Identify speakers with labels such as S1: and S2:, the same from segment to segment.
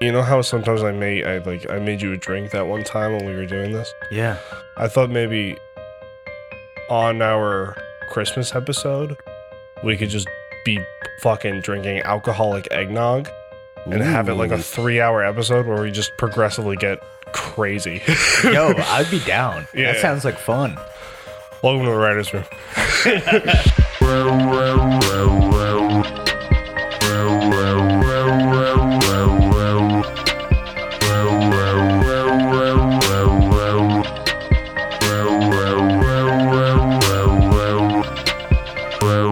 S1: You know how sometimes I made I like I made you a drink that one time when we were doing this.
S2: Yeah.
S1: I thought maybe on our Christmas episode we could just be fucking drinking alcoholic eggnog and have it like a
S2: Ooh.
S1: three-hour episode where we just progressively get crazy.
S2: Yo, I'd be down.
S1: Yeah.
S2: That sounds like fun.
S1: Welcome to the writers' room.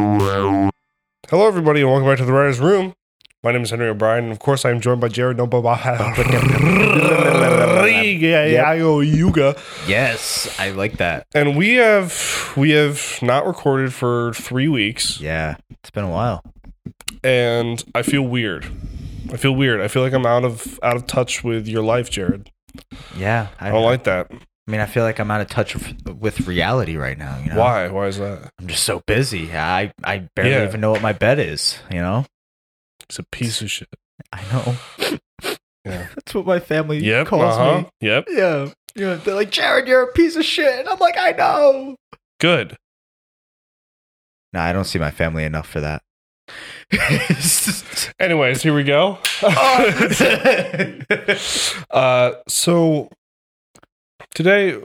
S1: Hello, everybody, and welcome back to the writers' room. My name is Henry O'Brien, and of course, I am joined by Jared Yuga.
S2: Yes, I like that.
S1: and we have we have not recorded for three weeks
S2: Yeah, it's been a while.
S1: and i feel weird i feel weird i feel like i'm out of out of touch with your life jared
S2: Yeah,
S1: i don't like that
S2: I mean, I feel like I'm out of touch with- with reality right now. You know,
S1: why why is that
S2: I'm just so busy. I I barely
S1: Yeah.
S2: even know what my bed is. You know,
S1: it's a piece of shit
S2: I know.
S1: Yeah.
S2: that's what my family
S1: yep
S2: calls
S1: uh-huh,
S2: me.
S1: yep
S2: Yeah, yeah. They're like, Jared, you're a piece of shit. And I'm like, I know.
S1: good
S2: No, I don't see my family enough for that.
S1: anyways here we go uh so today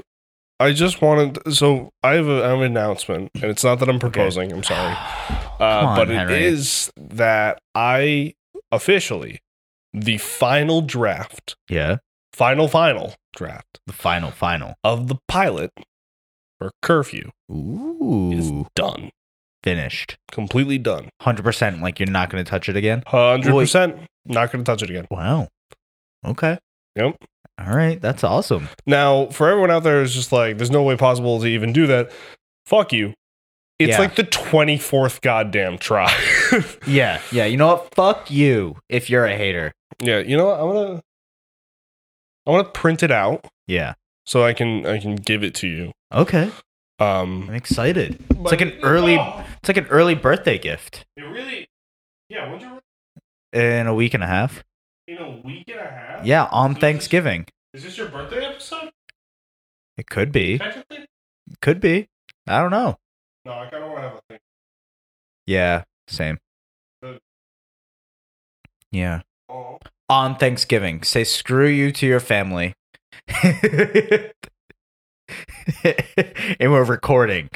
S1: i just wanted so i have, a, I have an announcement and it's not that i'm proposing i'm sorry
S2: Come
S1: Uh,
S2: on,
S1: but it
S2: Henry.
S1: is that I officially the final draft,
S2: yeah,
S1: final final draft
S2: the final, final.
S1: of the pilot for curfew
S2: Ooh,
S1: is done,
S2: finished.
S1: completely done,
S2: Hundred percent. Like you're not going to touch it again.
S1: hundred percent. Not going to touch it again.
S2: Wow. Okay.
S1: Yep.
S2: All right. That's awesome.
S1: Now, for everyone out there who's just like, there's no way possible to even do that. Fuck you. It's
S2: Yeah.
S1: like the twenty fourth goddamn try.
S2: Yeah. Yeah. You know what? Fuck you if you're a hater.
S1: yeah, you know what? I'm gonna, I'm gonna print it out
S2: Yeah.
S1: so I can I can give it to you.
S2: Okay.
S1: Um,
S2: I'm excited. It's like an early. It's like an early birthday gift
S1: It really. Yeah, when's your
S2: in a week and a half.
S1: in a week and a half?
S2: Yeah, on Thanksgiving.
S1: Is this your birthday episode?
S2: It could be.
S1: Technically.
S2: Could be. I don't know.
S1: No, I kind of want to have a thing.
S2: Yeah. Same.
S1: Good.
S2: Yeah.
S1: Oh.
S2: On Thanksgiving, say screw you to your family. and we're recording.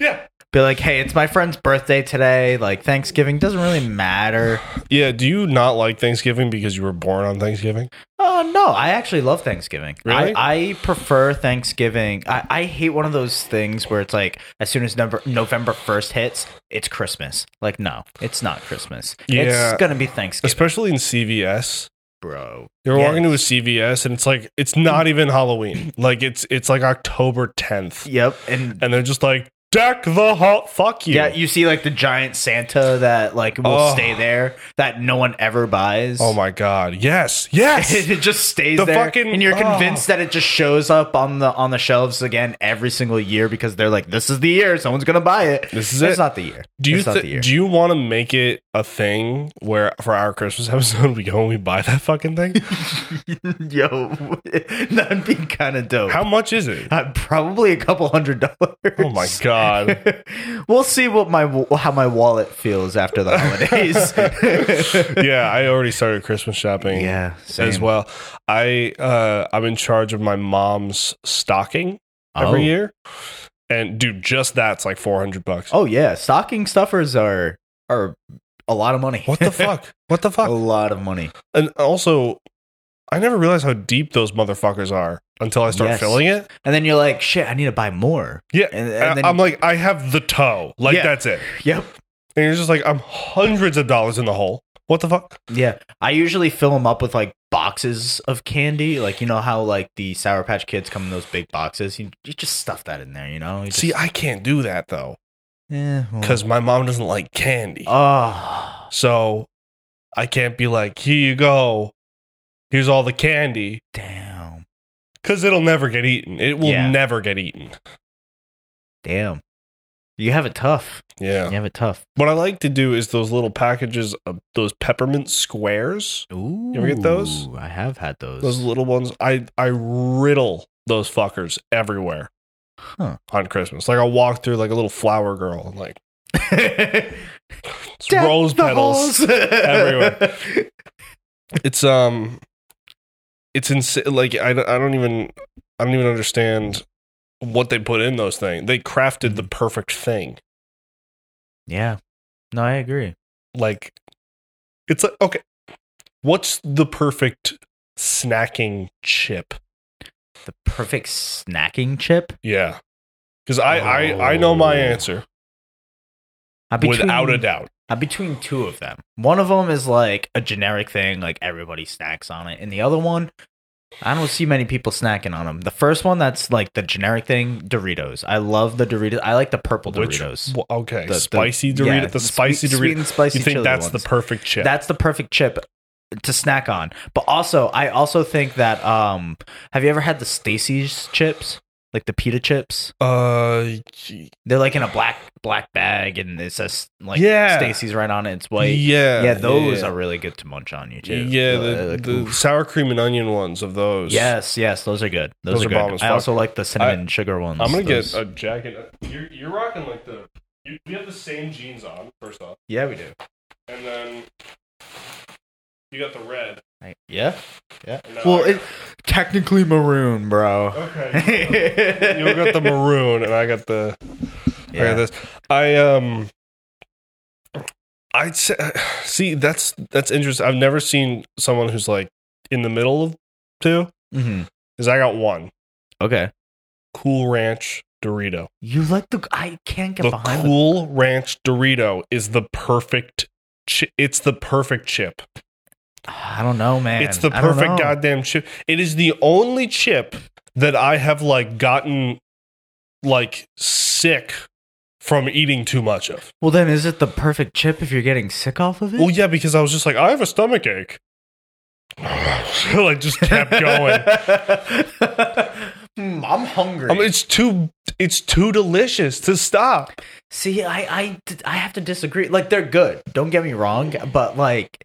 S1: Yeah.
S2: be like, hey, it's my friend's birthday today. Like Thanksgiving doesn't really matter.
S1: Yeah. Do you not like Thanksgiving because you were born on Thanksgiving?
S2: Oh no, I actually love Thanksgiving.
S1: Really?
S2: I, I prefer Thanksgiving. I, I hate one of those things where it's like as soon as November November first hits, it's Christmas. Like no, it's not Christmas.
S1: Yeah.
S2: It's gonna be Thanksgiving,
S1: Especially in CVS.
S2: bro.
S1: You're
S2: Yeah.
S1: walking to a CVS and it's like it's not even Halloween. Like it's it's like October 10th,
S2: Yep, and.
S1: and they're just like deck the hall. Fuck you.
S2: Yeah, you see like the giant Santa that like will
S1: Oh.
S2: stay there that no one ever buys.
S1: oh my god. Yes. Yes.
S2: it just stays
S1: The
S2: there,
S1: fucking-
S2: and you're
S1: oh.
S2: convinced that it just shows up on the on the shelves again every single year because they're like, "This is the year. Someone's gonna buy it."
S1: this is it.
S2: It's not the year.
S1: Do you
S2: It's not
S1: thi-
S2: the year.
S1: do you want to make it a thing where for our Christmas episode we go and we buy that fucking thing?
S2: Yo, that'd be kind of dope.
S1: How much is it?
S2: Uh, probably a couple hundred dollars.
S1: Oh my god!
S2: we'll see what my wa- how my wallet feels after the holidays.
S1: yeah, I already started Christmas shopping.
S2: yeah,
S1: as
S2: same.
S1: well. I uh, I'm in charge of my mom's stocking every
S2: Oh.
S1: year, and dude, just that's like four hundred bucks.
S2: Oh yeah, stocking stuffers are are a lot of money.
S1: What the fuck? What the
S2: a
S1: fuck?
S2: lot of money.
S1: And also, I never realized how deep those motherfuckers are until I start
S2: Yes.
S1: filling it.
S2: And then you're like, shit, I need to buy more.
S1: Yeah,
S2: And,
S1: I-
S2: and then,
S1: I'm like, I have the toe. Like
S2: Yeah.
S1: that's it.
S2: yep,
S1: And you're just like, I'm hundreds of dollars in the hole. What the fuck?
S2: yeah. I usually fill them up with like boxes of candy, like you know how like the Sour Patch Kids come in those big boxes. You, you just stuff that in there, you know. You
S1: See, I can't do that though, because
S2: because
S1: my mom doesn't like candy.
S2: oh,
S1: So I can't be like, here you go. Here's all the candy.
S2: damn,
S1: Because it'll never get eaten. It will
S2: Yeah.
S1: never get eaten.
S2: damn. You have it tough.
S1: Yeah.
S2: You have it tough.
S1: What I like to do is those little packages of those peppermint squares.
S2: Ooh.
S1: ever get those?
S2: I have had those.
S1: Those little ones. I I riddle those fuckers everywhere.
S2: Huh.
S1: On Christmas. Like I'll walk through like a little flower girl and like it's
S2: Down
S1: rose
S2: the
S1: petals.
S2: halls.
S1: everywhere. It's um it's insane like I, don't- I don't even I don't even understand what they put in those things. They crafted
S2: Mm-hmm.
S1: the perfect thing.
S2: Yeah. No, I agree.
S1: like it's like okay what's the perfect snacking chip
S2: The perfect snacking chip.
S1: yeah because I, I i know my
S2: Oh.
S1: answer
S2: I between,
S1: without a doubt
S2: I'm between two of them. One of them is like a generic thing, like everybody snacks on it, and the other one, I don't see many people snacking on them. The first one, that's like the generic thing, Doritos. I love the Doritos. I like the purple Doritos.
S1: Wh- okay
S2: The- the-
S1: spicy
S2: yeah,
S1: dorito the,
S2: sweet-
S1: spicy
S2: sweet
S1: dorito
S2: and spicy
S1: you think
S2: chili
S1: that's
S2: ones.
S1: the perfect chip
S2: That's the perfect chip to snack on. But also, I also think that um, have you ever had the Stacy's chips, like the pita chips?
S1: uh y-
S2: They're like in a black black bag, and it says like
S1: Yeah.
S2: Stacy's right on it. It's white.
S1: yeah
S2: Yeah, those
S1: yeah.
S2: are really good to munch on you too.
S1: yeah the,
S2: uh, Like,
S1: the
S2: oof.
S1: sour cream and onion ones of those
S2: yes, yes, those are good. Those,
S1: Those
S2: are,
S1: are bomb
S2: good.
S1: as
S2: I
S1: fuck.
S2: also like the cinnamon sugar ones.
S1: i'm gonna
S2: Those-
S1: get a jacket you're, you're rocking like the you, we have the same jeans on first off
S2: yeah, we do.
S1: and then you got the red
S2: I- yeah, yeah.
S1: and now
S2: Well,
S1: I
S2: it technically maroon, bro.
S1: got- okay you
S2: you
S1: got the maroon and I got the I got this. I um I'd say uh, see that's that's interesting. I've never seen someone who's like in the middle of two.
S2: hmm
S1: Is I got one
S2: Okay.
S1: Cool Ranch Dorito.
S2: You like the? I can't get
S1: The
S2: behind. the-
S1: Cool Ranch Dorito is the perfect. Chi- it's the perfect chip.
S2: I don't know, man.
S1: it's the
S2: I don't know.
S1: perfect goddamn chip. It is the only chip that I have like gotten like sick from eating too much of.
S2: Well, then, is it the perfect chip if you're getting sick off of it?
S1: Well, yeah, because I was just like, I have a stomach ache. so I just kept going.
S2: Hmm, I'm hungry.
S1: I mean, it's too it's too delicious to stop.
S2: See, I, I, I have to disagree. Like, they're good. Don't get me wrong, but like,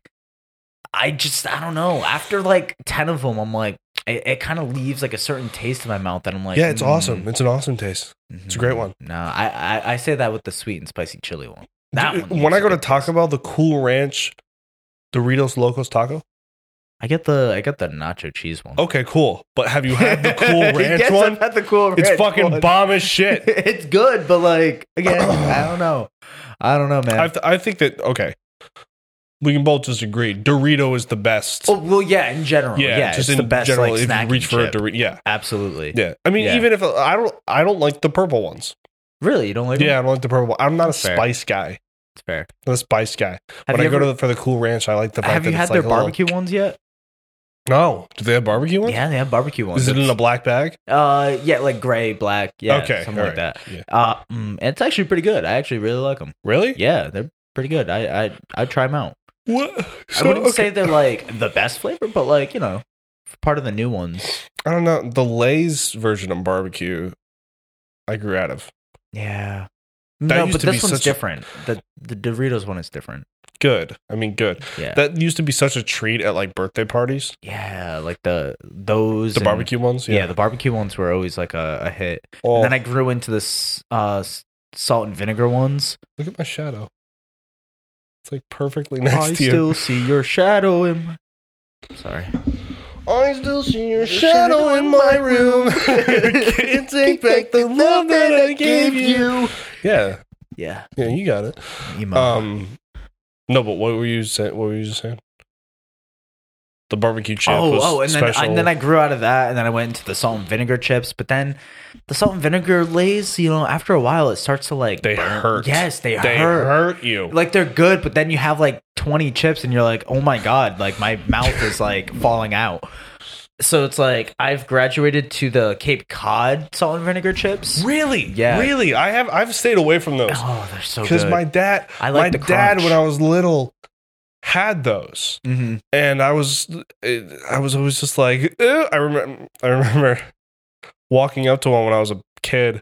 S2: I just, I don't know. After like ten of them, I'm like, it, it kind of leaves like a certain taste in my mouth that I'm like,
S1: yeah, it's
S2: "Mm,
S1: awesome. It's an awesome taste. It's a great one.
S2: No, I, I, I say that with the sweet and spicy chili one. That
S1: Dude,
S2: one
S1: uh, when
S2: leaves
S1: I
S2: a
S1: go to
S2: good
S1: Taco
S2: taste.
S1: Bell, the Cool Ranch Doritos Locos Taco.
S2: I get the, I get the nacho cheese one.
S1: Okay, cool. But Oh, have you had the Cool
S2: Yes,
S1: Ranch
S2: I've
S1: one?
S2: had the cool ranch
S1: It's fucking
S2: one.
S1: bomb as shit.
S2: it's good, but like again, I don't know. I don't know, man.
S1: I, th- I think that okay. We can both just agree. Dorito is the best.
S2: oh, well, yeah, in general, yeah,
S1: just
S2: it's
S1: in
S2: the best
S1: general.
S2: like
S1: if
S2: snack.
S1: you reach for a Dorito, yeah,
S2: absolutely.
S1: yeah. I mean,
S2: Yeah.
S1: even if uh, I don't, I don't like the purple ones.
S2: Really, you don't like?
S1: Yeah, I don't like the purple. one. I'm not a
S2: That's fair.
S1: spice guy.
S2: it's fair.
S1: I'm a spice guy.
S2: Have
S1: when
S2: you
S1: I go to
S2: ever-
S1: the, for the cool ranch, I like the fact
S2: have
S1: that
S2: you had
S1: it's
S2: their
S1: like a little-
S2: barbecue ones yet?
S1: no, do they have barbecue ones?
S2: Yeah, they have barbecue ones.
S1: Is it in a black bag?
S2: Uh, yeah, like gray, black, yeah,
S1: Okay,
S2: something like
S1: alright,
S2: that.
S1: yeah.
S2: Uh, mm, it's actually pretty good. I actually really like them.
S1: Really?
S2: Yeah, they're pretty good. I I I try them out.
S1: What?
S2: I wouldn't say they're like the best flavor, but like you know, part of the new ones.
S1: I don't know. The Lay's version of barbecue, I grew out of.
S2: Yeah.
S1: That
S2: no,
S1: used
S2: but
S1: to be
S2: this one's
S1: such a-
S2: different. The the Doritos one is different.
S1: Good. I mean, good.
S2: Yeah.
S1: That used to be such a treat at like birthday parties.
S2: yeah, like the those
S1: The
S2: and-
S1: barbecue ones.
S2: Yeah. the barbecue ones were always like a, a hit.
S1: Oh,
S2: And then I grew into this uh s- salt and vinegar ones.
S1: look at my shadow. It's like perfectly next
S2: I
S1: to you.
S2: still see your shadow in my... Sorry.
S1: I still see your
S2: shadow in my room.
S1: Can't take back the love that I gave you. Yeah,
S2: Yeah.
S1: yeah, you got it.
S2: Emo.
S1: Um, no, but what were you saying? What were you just saying? The barbecue chip.
S2: oh,
S1: was
S2: oh, and then,
S1: special.
S2: and then I grew out of that, and then I went into the salt and vinegar chips. But then the salt and vinegar lays, you know, after a while, it starts to like
S1: They hurt.
S2: Yes, they,
S1: they
S2: hurt.
S1: hurt, you.
S2: Like they're good, but then you have like 20 chips, and you're like, oh my god, like my mouth is like falling out. So it's like I've graduated to the Cape Cod salt and vinegar chips.
S1: really?
S2: Yeah.
S1: Really? I have. I've stayed away from those
S2: Oh, they're so
S1: because
S2: good.
S1: my dad.
S2: I like
S1: my
S2: the
S1: dad
S2: crunch.
S1: when I was little had those,
S2: Mhm.
S1: and I was, I was always just like, "Ew." I remember. I remember walking up to one when I was a kid,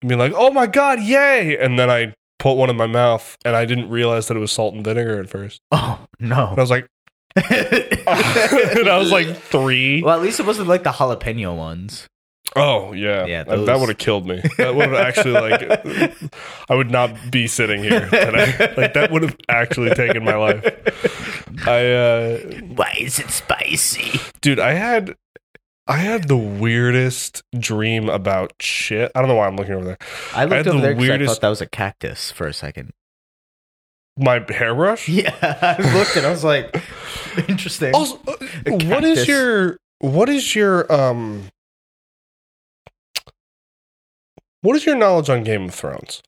S1: and be like, "Oh my god, yay!" And then I put one in my mouth, and I didn't realize that it was salt and vinegar at first.
S2: Oh no.
S1: And I was like, and I was like three.
S2: well, at least it wasn't like the jalapeno ones.
S1: Oh yeah,
S2: Yeah,
S1: That- that
S2: those-
S1: would have killed me. That would have actually like, I would not be sitting here today. like that would have actually taken my life. I, uh,
S2: Why is it spicy?
S1: dude, I had, I had the weirdest dream about shit. I don't know why I'm looking over there.
S2: I
S1: had
S2: looked
S1: the
S2: over there because I
S1: weirdest-
S2: thought that was a cactus for a second.
S1: My hairbrush.
S2: Yeah, I looked and I was like, interesting.
S1: Also, uh,
S2: A
S1: what is
S2: cactus.
S1: your what is your um what is your knowledge on Game of Thrones?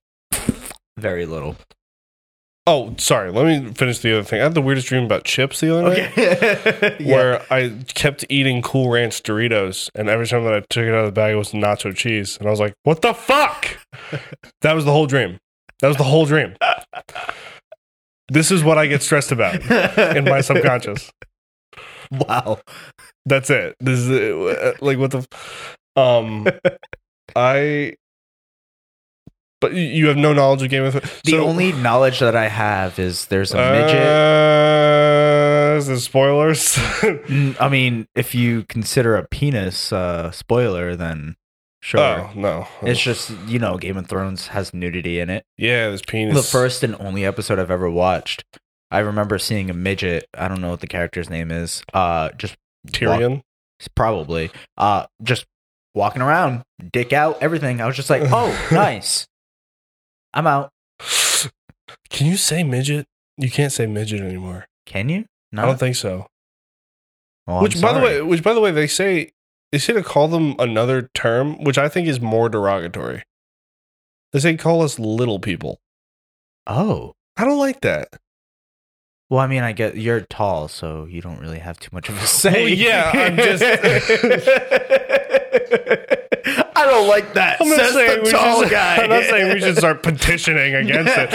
S2: Very little.
S1: Oh, sorry. Let me finish the other thing. I had the weirdest dream about chips the other night,
S2: Okay. yeah.
S1: where I kept eating Cool Ranch Doritos, and every time that I took it out of the bag, it was nacho cheese, and I was like, "What the fuck?" that was the whole dream. That was the whole dream. this is what I get stressed about in my subconscious.
S2: wow.
S1: That's it. This is uh, like what the f- um I but you- you have no knowledge of Game of Thrones.
S2: The only knowledge that I have is there's a midget.
S1: Uh, is it spoilers?
S2: Mm, I mean, if you consider a penis uh, spoiler, then sure.
S1: oh no.
S2: It's just you know, Game of Thrones has nudity in it.
S1: yeah, this penis.
S2: The first and only episode I've ever watched, I remember seeing a midget. I don't know what the character's name is. Uh, just
S1: Tyrion.
S2: probably uh just walking around dick out everything i was just like oh nice i'm out
S1: Can you say midget? You can't say midget anymore.
S2: can you no
S1: I don't think so.
S2: Oh, I'm
S1: which by the
S2: sorry.
S1: way, which by the way, they say they say to call them another term, which I think is more derogatory. They say call us little people.
S2: oh
S1: I don't like that.
S2: well i mean i get you're tall so you don't really have too much of a say
S1: Well, Oh, yeah, I'm just-
S2: i don't like that
S1: I'm not
S2: says
S1: saying
S2: the
S1: we
S2: tall
S1: should,
S2: guy
S1: I'm not saying we should start petitioning against it.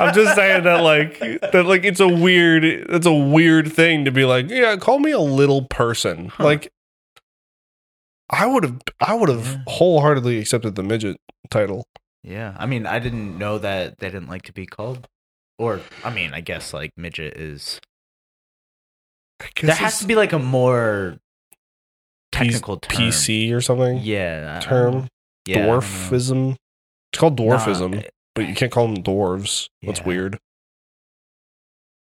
S1: I'm just saying that like that like it's a weird that's a weird thing to be like, yeah, call me a little person.
S2: Huh.
S1: Like I would have I would have
S2: Yeah.
S1: wholeheartedly accepted the midget title.
S2: yeah i mean i didn't know that they didn't like to be called or i mean i guess like midget is There has to be like a more technical term.
S1: PC or something.
S2: Yeah. I-
S1: Term.
S2: yeah, I don't know.
S1: dwarfism. It's called
S2: Nah, eh,
S1: dwarfism, but you can't call them dwarves. That's
S2: Yeah.
S1: weird.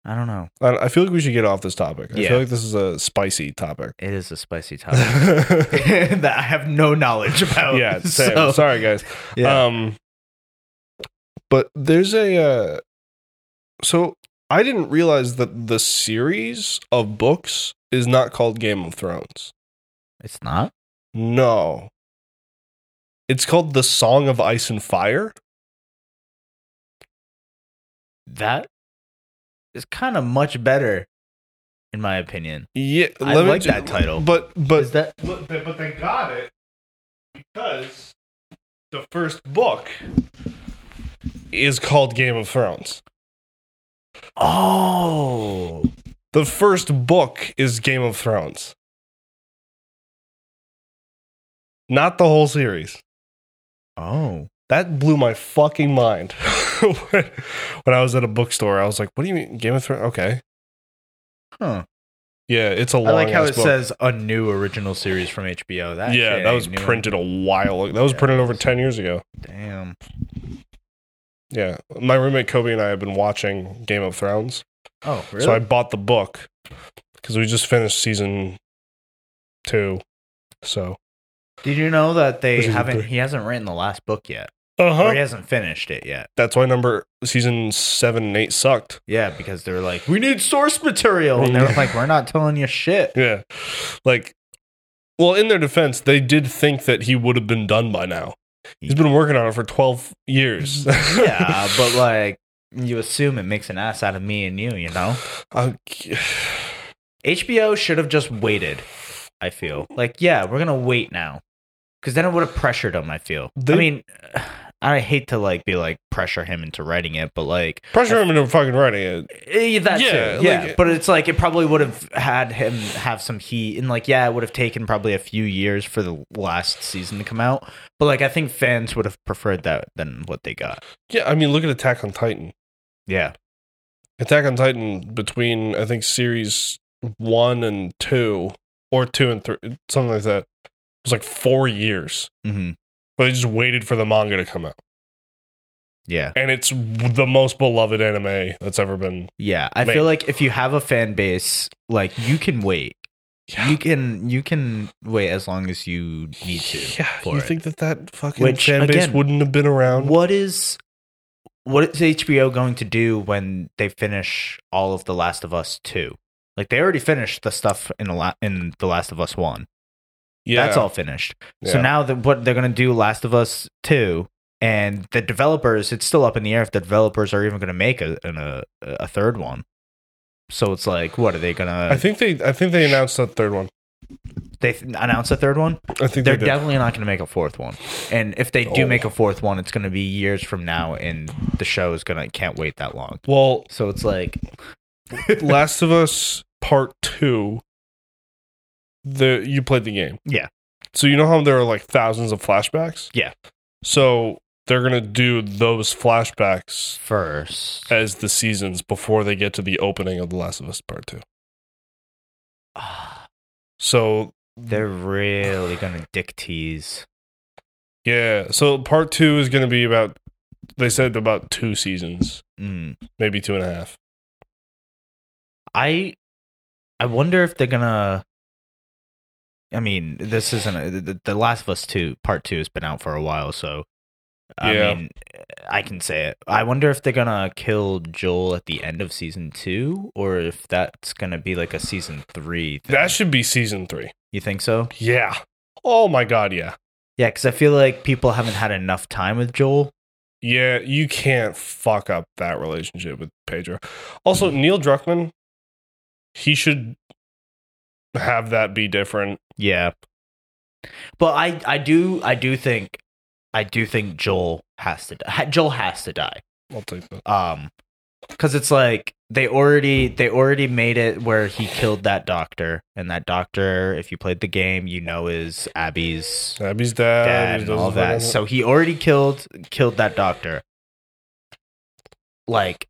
S2: I don't know.
S1: I, I feel like we should get off this topic. I
S2: Yeah.
S1: feel like this is a spicy topic.
S2: It is a spicy topic that I have no knowledge about.
S1: yeah, same.
S2: so-
S1: sorry guys.
S2: Yeah.
S1: Um but there's a uh so I didn't realize that the series of books is not called Game of Thrones.
S2: it's not.
S1: No. It's called The Song of Ice and Fire.
S2: That is kind of much better, in my opinion.
S1: Yeah,
S2: I
S1: let me
S2: like
S1: ju-
S2: that title.
S1: But but
S2: is that
S1: But, they- but they got it because the first book is called Game of Thrones.
S2: oh
S1: The first book is Game of Thrones. Not the whole series.
S2: oh
S1: That blew my fucking mind. when when I was at a bookstore, I was like, what do you mean Game of Thrones? Okay.
S2: huh?
S1: Yeah, it's a long
S2: I like how
S1: ass
S2: it
S1: book.
S2: says a new original series from HBO. That
S1: yeah,
S2: shit
S1: that
S2: ain't
S1: was
S2: new.
S1: printed a while ago. That was
S2: Yeah,
S1: printed
S2: it
S1: over
S2: was-
S1: 10 years ago.
S2: Damn.
S1: Yeah. My roommate Kobe and I have been watching Game of Thrones.
S2: Oh really?
S1: So I bought the book because we just finished season two. So,
S2: Did you know that they
S1: This is a
S2: haven't?
S1: three.
S2: He hasn't written the last book yet,
S1: uh
S2: or he
S1: huh.
S2: hasn't finished it yet.
S1: That's why number season seven and eight sucked.
S2: Yeah, because they were like, "We need source material," and they were like, "We're not telling you shit."
S1: Yeah. Like, well, in their defense, they did think that he would have been done by now. He's been working on it for 12 years.
S2: yeah, but like, you assume it makes an ass out of me and you. You know,
S1: I-
S2: HBO should have just waited. I feel like, yeah, we're gonna wait now, because then it would have pressured them. I feel.
S1: They-
S2: I mean, I hate to like be like pressure him into writing it, but like
S1: Pressure him into fucking writing it.
S2: eh, that
S1: Yeah,
S2: too, yeah.
S1: like-
S2: but it's like it probably would have had him have some heat, and like yeah, it would have taken probably a few years for the last season to come out. But like I think fans would have preferred that than what they got.
S1: Yeah, I mean, look at Attack on Titan.
S2: Yeah,
S1: Attack on Titan between I think series one and two, or two and three, something like that. It was like four years,
S2: hmm
S1: but they just waited for the manga to come out,
S2: yeah,
S1: and it's the most beloved anime that's ever been.
S2: yeah. I
S1: Mate.
S2: feel like if you have a fan base, like you can wait. You can you can wait as long as you need to.
S1: Yeah,
S2: for
S1: you
S2: it.
S1: think that that fucking
S2: Which,
S1: fan base
S2: again,
S1: wouldn't have been around?
S2: What is what is HBO going to do when they finish all of The Last of Us two? Like they already finished the stuff in the la- in The Last of Us one.
S1: Yeah,
S2: That's all finished. So
S1: Yeah.
S2: now that what they're gonna do Last of Us two, and the developers, it's still up in the air if the developers are even gonna make a an, a, a third one. So it's like, what are they gonna?
S1: I think they, I think they announced that third one.
S2: they th- announce a third one.
S1: I think
S2: They're
S1: they did.
S2: definitely not going to make a fourth one. And if they do
S1: Oh.
S2: make a fourth one, it's going to be years from now, and the show is going to can't wait that long.
S1: well,
S2: So it's like,
S1: Last of Us Part Two. The you played the game,
S2: Yeah.
S1: So you know how there are like thousands of flashbacks,
S2: Yeah.
S1: So they're gonna do those flashbacks
S2: first,
S1: as the seasons before they get to the opening of The Last of Us Part Two. Uh,
S2: ah,
S1: So
S2: they're really going to dick tease.
S1: yeah, so Part Two is gonna be about. They said about two seasons,
S2: Mm.
S1: maybe two and a half.
S2: I, I wonder if they're gonna. I mean, this isn't a, the, the Last of Us two part two has been out for a while, so I
S1: Yeah.
S2: mean, I can say it. I wonder if they're gonna kill Joel at the end of season two, or if that's gonna be like a season three. Thing.
S1: That should be season three.
S2: you think so?
S1: Yeah. Oh my god. Yeah.
S2: Yeah, because I feel like people haven't had enough time with Joel.
S1: Yeah, you can't fuck up that relationship with Pedro. Also,
S2: Mm-hmm.
S1: Neil Druckmann, he should have that be different.
S2: Yeah, but I, I do, I do think, I do think Joel has to die. Joel has to die.
S1: I'll take that.
S2: um because it's like they already they already made it where he killed that doctor and that doctor if you played the game you know is abby's
S1: Uh, Abby's dad,
S2: dad
S1: he
S2: and
S1: doesn't
S2: all that
S1: fucking-
S2: so he already killed killed that doctor like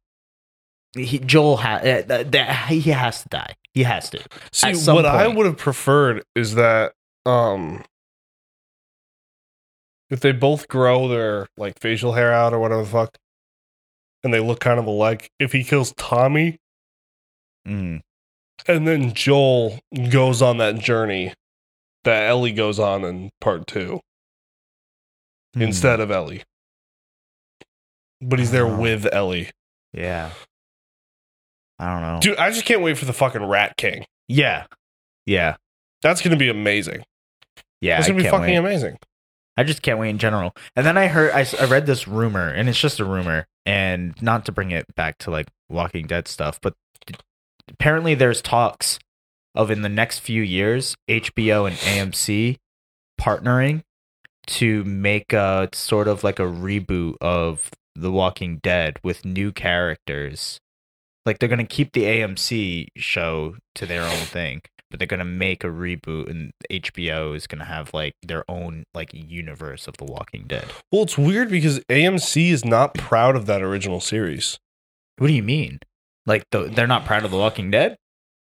S2: he joel ha- uh, th- th- he has to die he has to
S1: See,
S2: at some
S1: what I
S2: point-
S1: would have preferred is that um if they both grow their like facial hair out or whatever the fuck, and they look kind of alike, if he kills Tommy
S2: Mm.
S1: and then Joel goes on that journey that Ellie goes on in part two.
S2: Hmm.
S1: instead of Ellie. But he's there
S2: Oh.
S1: with Ellie.
S2: yeah i don't know
S1: Dude, I just can't wait for the fucking Rat King.
S2: yeah yeah
S1: That's going to be amazing.
S2: yeah
S1: That's
S2: I
S1: going to be
S2: can't
S1: fucking
S2: wait.
S1: amazing.
S2: I just can't wait in general. And then I heard, I, s- I read this rumor, and it's just a rumor, and not to bring it back to like Walking Dead stuff, but apparently there's talks of in the next few years HBO and AMC partnering to make a sort of like a reboot of The Walking Dead with new characters. Like they're gonna keep the AMC show to their own thing, but they're gonna make a reboot, and HBO is gonna have like their own like universe of The Walking Dead.
S1: Well, it's weird because AMC is not proud of that original series
S2: What do you mean? Like the, they're not proud of The Walking Dead?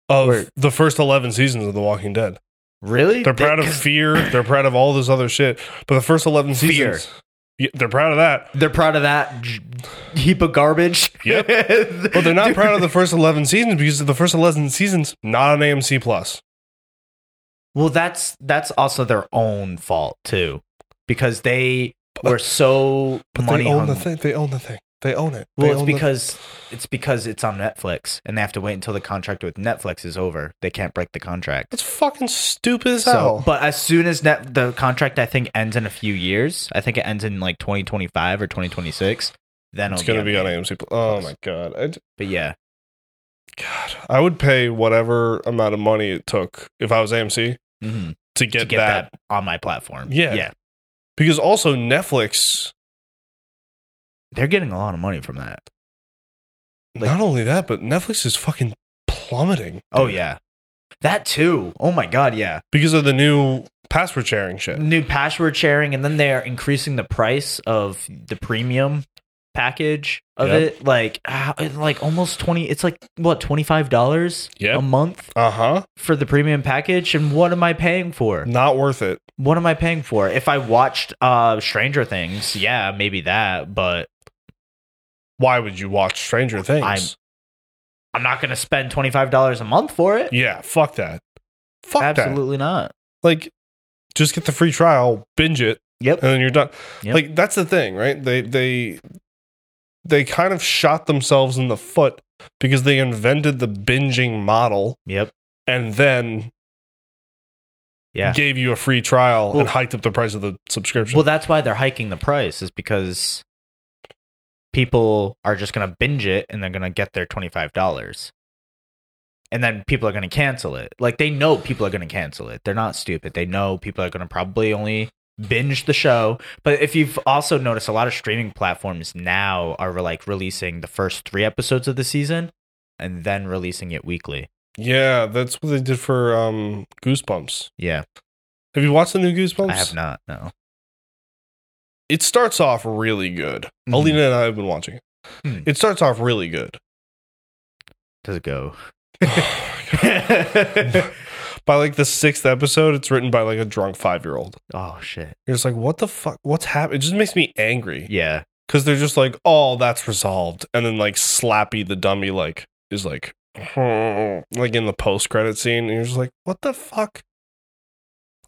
S1: of
S2: Wait.
S1: the first 11 seasons of The Walking Dead.
S2: Really?
S1: They're proud of
S2: 'cause
S1: Fear. They're proud of all this other shit. But the first 11
S2: Fear.
S1: seasons, Yeah, they're proud of that.
S2: They're proud of that j- heap of garbage.
S1: Yep. But they're not proud of the first 11 seasons because of the first 11 seasons, not on AMC Plus.
S2: Well, that's that's also their own fault too, because they were so
S1: But
S2: money
S1: they own the
S2: hungry.
S1: thing. They own the thing. They own it. They
S2: Well, it's
S1: own the-
S2: because it's because it's on Netflix, and they have to wait until the contract with Netflix is over. They can't break the contract.
S1: It's fucking stupid as hell.
S2: So, but as soon as net, the contract, I think, ends in a few years. I think it ends in like 2025 or 2026. Then
S1: it's
S2: it'll
S1: going to be on
S2: there.
S1: AMC. Pl- Oh my god. I, d-
S2: But yeah,
S1: god, I would pay whatever amount of money it took if I was AMC
S2: mhm,
S1: to get,
S2: to get
S1: that.
S2: that. on my platform.
S1: Yeah.
S2: yeah,
S1: Because also Netflix
S2: They're getting a lot of money from that. Like-
S1: Not only that, but Netflix is fucking plummeting.
S2: Oh
S1: dude,
S2: yeah. That too. Oh my god, yeah.
S1: because of the new password sharing shit.
S2: New password sharing and then they're increasing the price of the premium package of
S1: Yep.
S2: it like ah, it's like almost 20 it's like what $25
S1: Yep.
S2: a month
S1: Uh huh.
S2: for the premium package and what am I paying for?
S1: Not worth it.
S2: What am I paying for? If I watched uh Stranger Things, yeah, maybe that, but
S1: Why would you watch Stranger Things?
S2: I'm not going to spend $25 a month for it.
S1: yeah, fuck that. Fuck that.
S2: Absolutely not.
S1: Like, just get the free trial, binge it,
S2: Yep.
S1: and then you're done.
S2: Yep.
S1: Like that's the thing, right? They they they kind of shot themselves in the foot because they invented the binging model
S2: Yep.
S1: and then
S2: Yeah.
S1: gave you a free trial
S2: Well-
S1: and hiked up the price of the subscription.
S2: Well, that's why they're hiking the price is because people are just going to binge it and they're going to get their $25. And then people are going to cancel it. Like they know people are going to cancel it. They're not stupid. They know people are going to probably only binge the show. But if you've also noticed a lot of streaming platforms now are like releasing the first 3 episodes of the season and then releasing it weekly.
S1: yeah, that's what they did for um, Goosebumps.
S2: Yeah.
S1: Have you watched the new Goosebumps?
S2: I have not. No.
S1: It starts off really good.
S2: Mm-hmm.
S1: Alina and I have been watching it.
S2: Hmm.
S1: It starts off really good.
S2: Does it go?
S1: by like the sixth episode, it's written by like a drunk five year old.
S2: oh shit.
S1: You're just like, what the fuck? What's happening? It just makes me angry.
S2: Yeah.
S1: because they're just like, oh, that's resolved, and then like Slappy the dummy like is like, like in the post credit scene, and you're just like, what the fuck?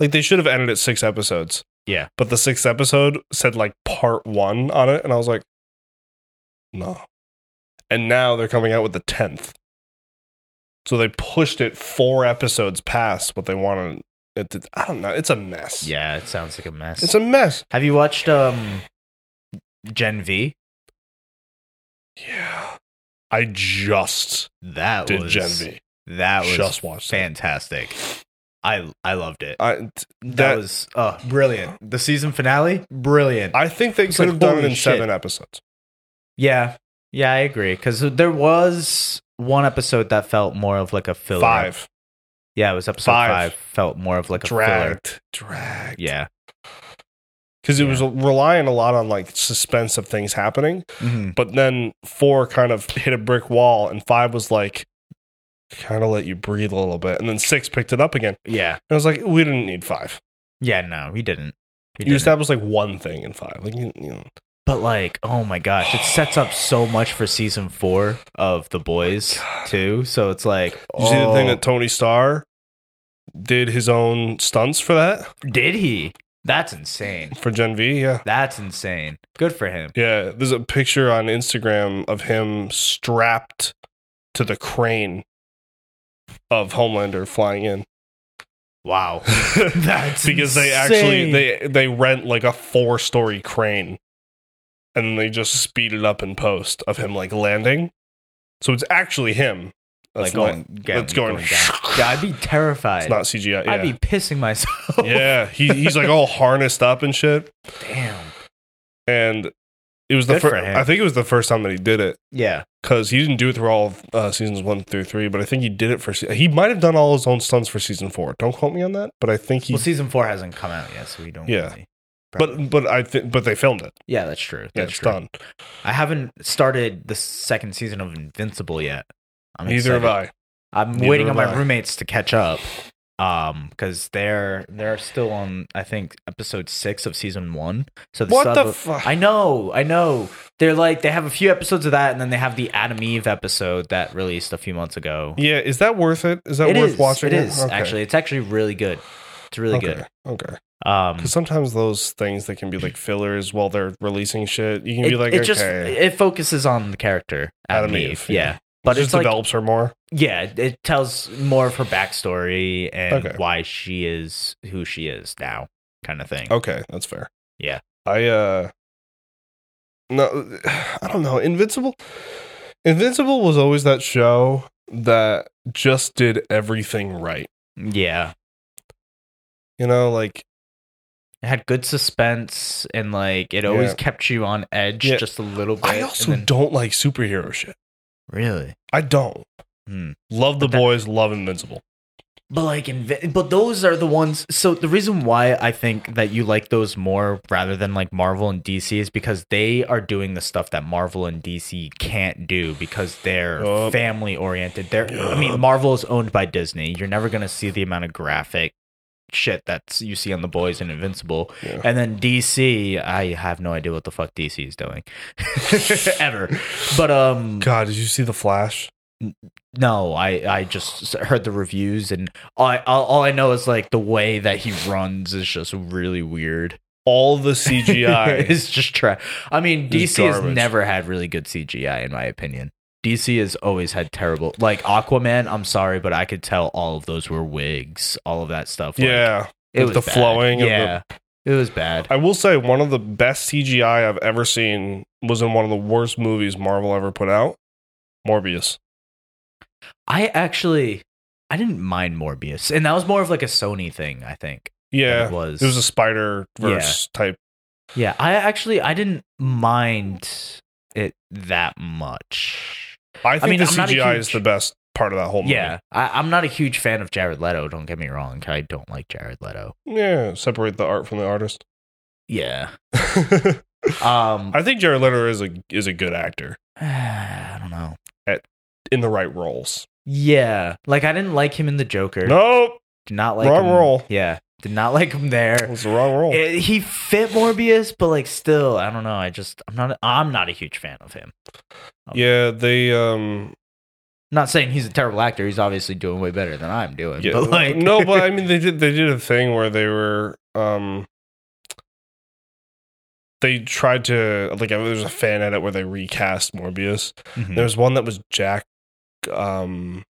S1: Like they should have ended at six episodes.
S2: Yeah.
S1: but the sixth episode said like part one on it, and I was like, no. And now they're coming out with the tenth, so they pushed it four episodes past what they wanted. It to, I don't know. It's a mess.
S2: Yeah, it sounds like a mess.
S1: it's a mess.
S2: Have you watched um Gen V?
S1: Yeah, I just
S2: That
S1: did
S2: was
S1: Gen V.
S2: That was
S1: just watched it.
S2: fantastic. I I loved it.
S1: I t-
S2: that,
S1: that-
S2: was uh brilliant. The season finale, brilliant.
S1: I think they
S2: It's
S1: could
S2: like,
S1: have done it
S2: holy
S1: in
S2: shit.
S1: seven episodes.
S2: yeah, yeah, I agree. Because there was one episode that felt more of like a filler.
S1: Five
S2: Yeah, it was episode
S1: Five.
S2: five. Felt more of like a filler.
S1: dragged, dragged.
S2: Yeah.
S1: because it was relying a lot on like suspense of things happening.
S2: Mhm.
S1: But then four kind of hit a brick wall, and five was like kind of let you breathe a little bit, and then six picked it up again.
S2: Yeah.
S1: And I was like, we didn't need five.
S2: Yeah. No, he didn't.
S1: You
S2: He didn't.
S1: established like one thing in five, like you, you know.
S2: But like, oh my gosh, it sets up so much for season four of The Boys
S1: Oh God.
S2: too. So it's like,
S1: You see the thing
S2: oh,
S1: that Tony Starr did his own stunts for that
S2: oh, did he? That's insane.
S1: for Gen V, yeah.
S2: That's insane. Good for him.
S1: Yeah, there's a picture on Instagram of him strapped to the crane of Homelander flying in.
S2: Wow. That's
S1: because they actually
S2: insane.
S1: they they rent like a four story crane, and they just speed it up in post of him like landing. So it's actually him.
S2: like
S1: la-
S2: going, down,
S1: it's going-
S2: down. Yeah, I'd be
S1: It's
S2: terrified.
S1: not CGI.
S2: I'd be
S1: Yeah,
S2: pissing myself.
S1: yeah. He, he's like all harnessed up and shit.
S2: Damn.
S1: And it was the
S2: Good for
S1: first.
S2: him.
S1: I think it was the first time that he did it.
S2: Yeah.
S1: because he didn't do it through all of uh, seasons one through three, but I think he did it for. Se- he might have done all his own stunts for season four. Don't quote me on that, but I think he.
S2: Well, season four hasn't come out yet, so we don't.
S1: Yeah.
S2: really-
S1: but but I think but they filmed it.
S2: yeah, that's true.
S1: Yeah,
S2: That's
S1: it's
S2: true.
S1: done.
S2: I haven't started the second season of Invincible yet. I'm
S1: Neither have
S2: excited.
S1: I.
S2: I'm
S1: Neither
S2: waiting on
S1: have
S2: my
S1: I.
S2: roommates to catch up. Um, because they're they're still on I think episode six of season one. So
S1: What
S2: sub-
S1: the fuck?
S2: I know, I know. They're like they have a few episodes of that, and then they have the Adam Eve episode that released a few months ago.
S1: Yeah, is that worth it? Is that
S2: It
S1: worth
S2: is,
S1: watching?
S2: It is
S1: Okay.
S2: actually. It's actually really good. It's really
S1: okay.
S2: good.
S1: Okay,
S2: Um,
S1: because sometimes those things that can be like fillers while they're releasing shit, you can
S2: it,
S1: be like,
S2: it
S1: okay,
S2: just
S1: it
S2: it focuses on the character Adam,
S1: Adam
S2: Eve.
S1: Eve,
S2: Yeah.
S1: yeah.
S2: But
S1: just
S2: it's like
S1: develops her more.
S2: yeah, it- it tells more of her backstory and
S1: Okay.
S2: why she is who she is now, kind of thing.
S1: Okay, that's fair.
S2: Yeah.
S1: I uh No, I don't know. Invincible Invincible was always that show that just did everything right.
S2: Yeah,
S1: You know, like
S2: It had good suspense and like it always
S1: Yeah.
S2: kept you on edge
S1: Yeah.
S2: just a little bit.
S1: I
S2: and
S1: also
S2: then-
S1: don't like superhero shit.
S2: really.
S1: I don't.
S2: Hmm.
S1: Love the
S2: But that-
S1: boys, love Invincible.
S2: But like, inv- but those are the ones. So the reason why I think that you like those more rather than like Marvel and DC is because they are doing the stuff that Marvel and DC can't do because they're
S1: Yup.
S2: family oriented. They're, I
S1: Yup.
S2: mean, Marvel is owned by Disney. You're never gonna see the amount of graphic shit that's you see on the boys and Invincible.
S1: Yeah.
S2: And then DC, I have no idea what the fuck DC is doing ever. But um,
S1: God, did you see the Flash?
S2: no, I I just s- heard the reviews and all I, all, all I know is like the way that he runs is just really weird.
S1: All the CGI.
S2: it's just trash. I mean,
S1: It's
S2: DC has
S1: garbage.
S2: never had really good CGI in my opinion. DC has always had terrible like Aquaman, I'm sorry, but I could tell all of those were wigs, all of that stuff. like,
S1: yeah,
S2: it
S1: with
S2: was
S1: the
S2: bad.
S1: flowing of the-
S2: Yeah. It was bad.
S1: I will say one of the best CGI I've ever seen was in one of the worst movies Marvel ever put out, Morbius.
S2: I actually I didn't mind Morbius. And that was more of like a Sony thing, I think. than
S1: Yeah,
S2: It was
S1: it was a Spider Verse type.
S2: Yeah, I actually I didn't mind it that much.
S1: I think
S2: mean,
S1: the
S2: I'm not a
S1: CGI is
S2: huge-
S1: the best part of that whole movie.
S2: Yeah, I, I'm not a huge fan of Jared Leto. Don't get me wrong. I don't like Jared Leto.
S1: yeah. Separate the art from the artist.
S2: Yeah.
S1: I
S2: Um. I,
S1: think Jared Leto is a is a good actor
S2: don't know.
S1: in the right roles.
S2: Yeah, like I didn't like him in the Joker.
S1: Nope,
S2: did not like
S1: wrong
S2: him.
S1: role.
S2: Yeah, did not like him there.
S1: it's the wrong role.
S2: It- he fit Morbius, but like still, I don't know. I just I'm not I'm not a huge fan of him.
S1: yeah, they um
S2: Not saying he's a terrible actor. He's obviously doing way better than I'm doing.
S1: Yeah,
S2: But like
S1: no, but I mean they did they did a thing where they were um they tried to like there was a fan edit where they recast Morbius.
S2: Mhm.
S1: There was one that was Jack um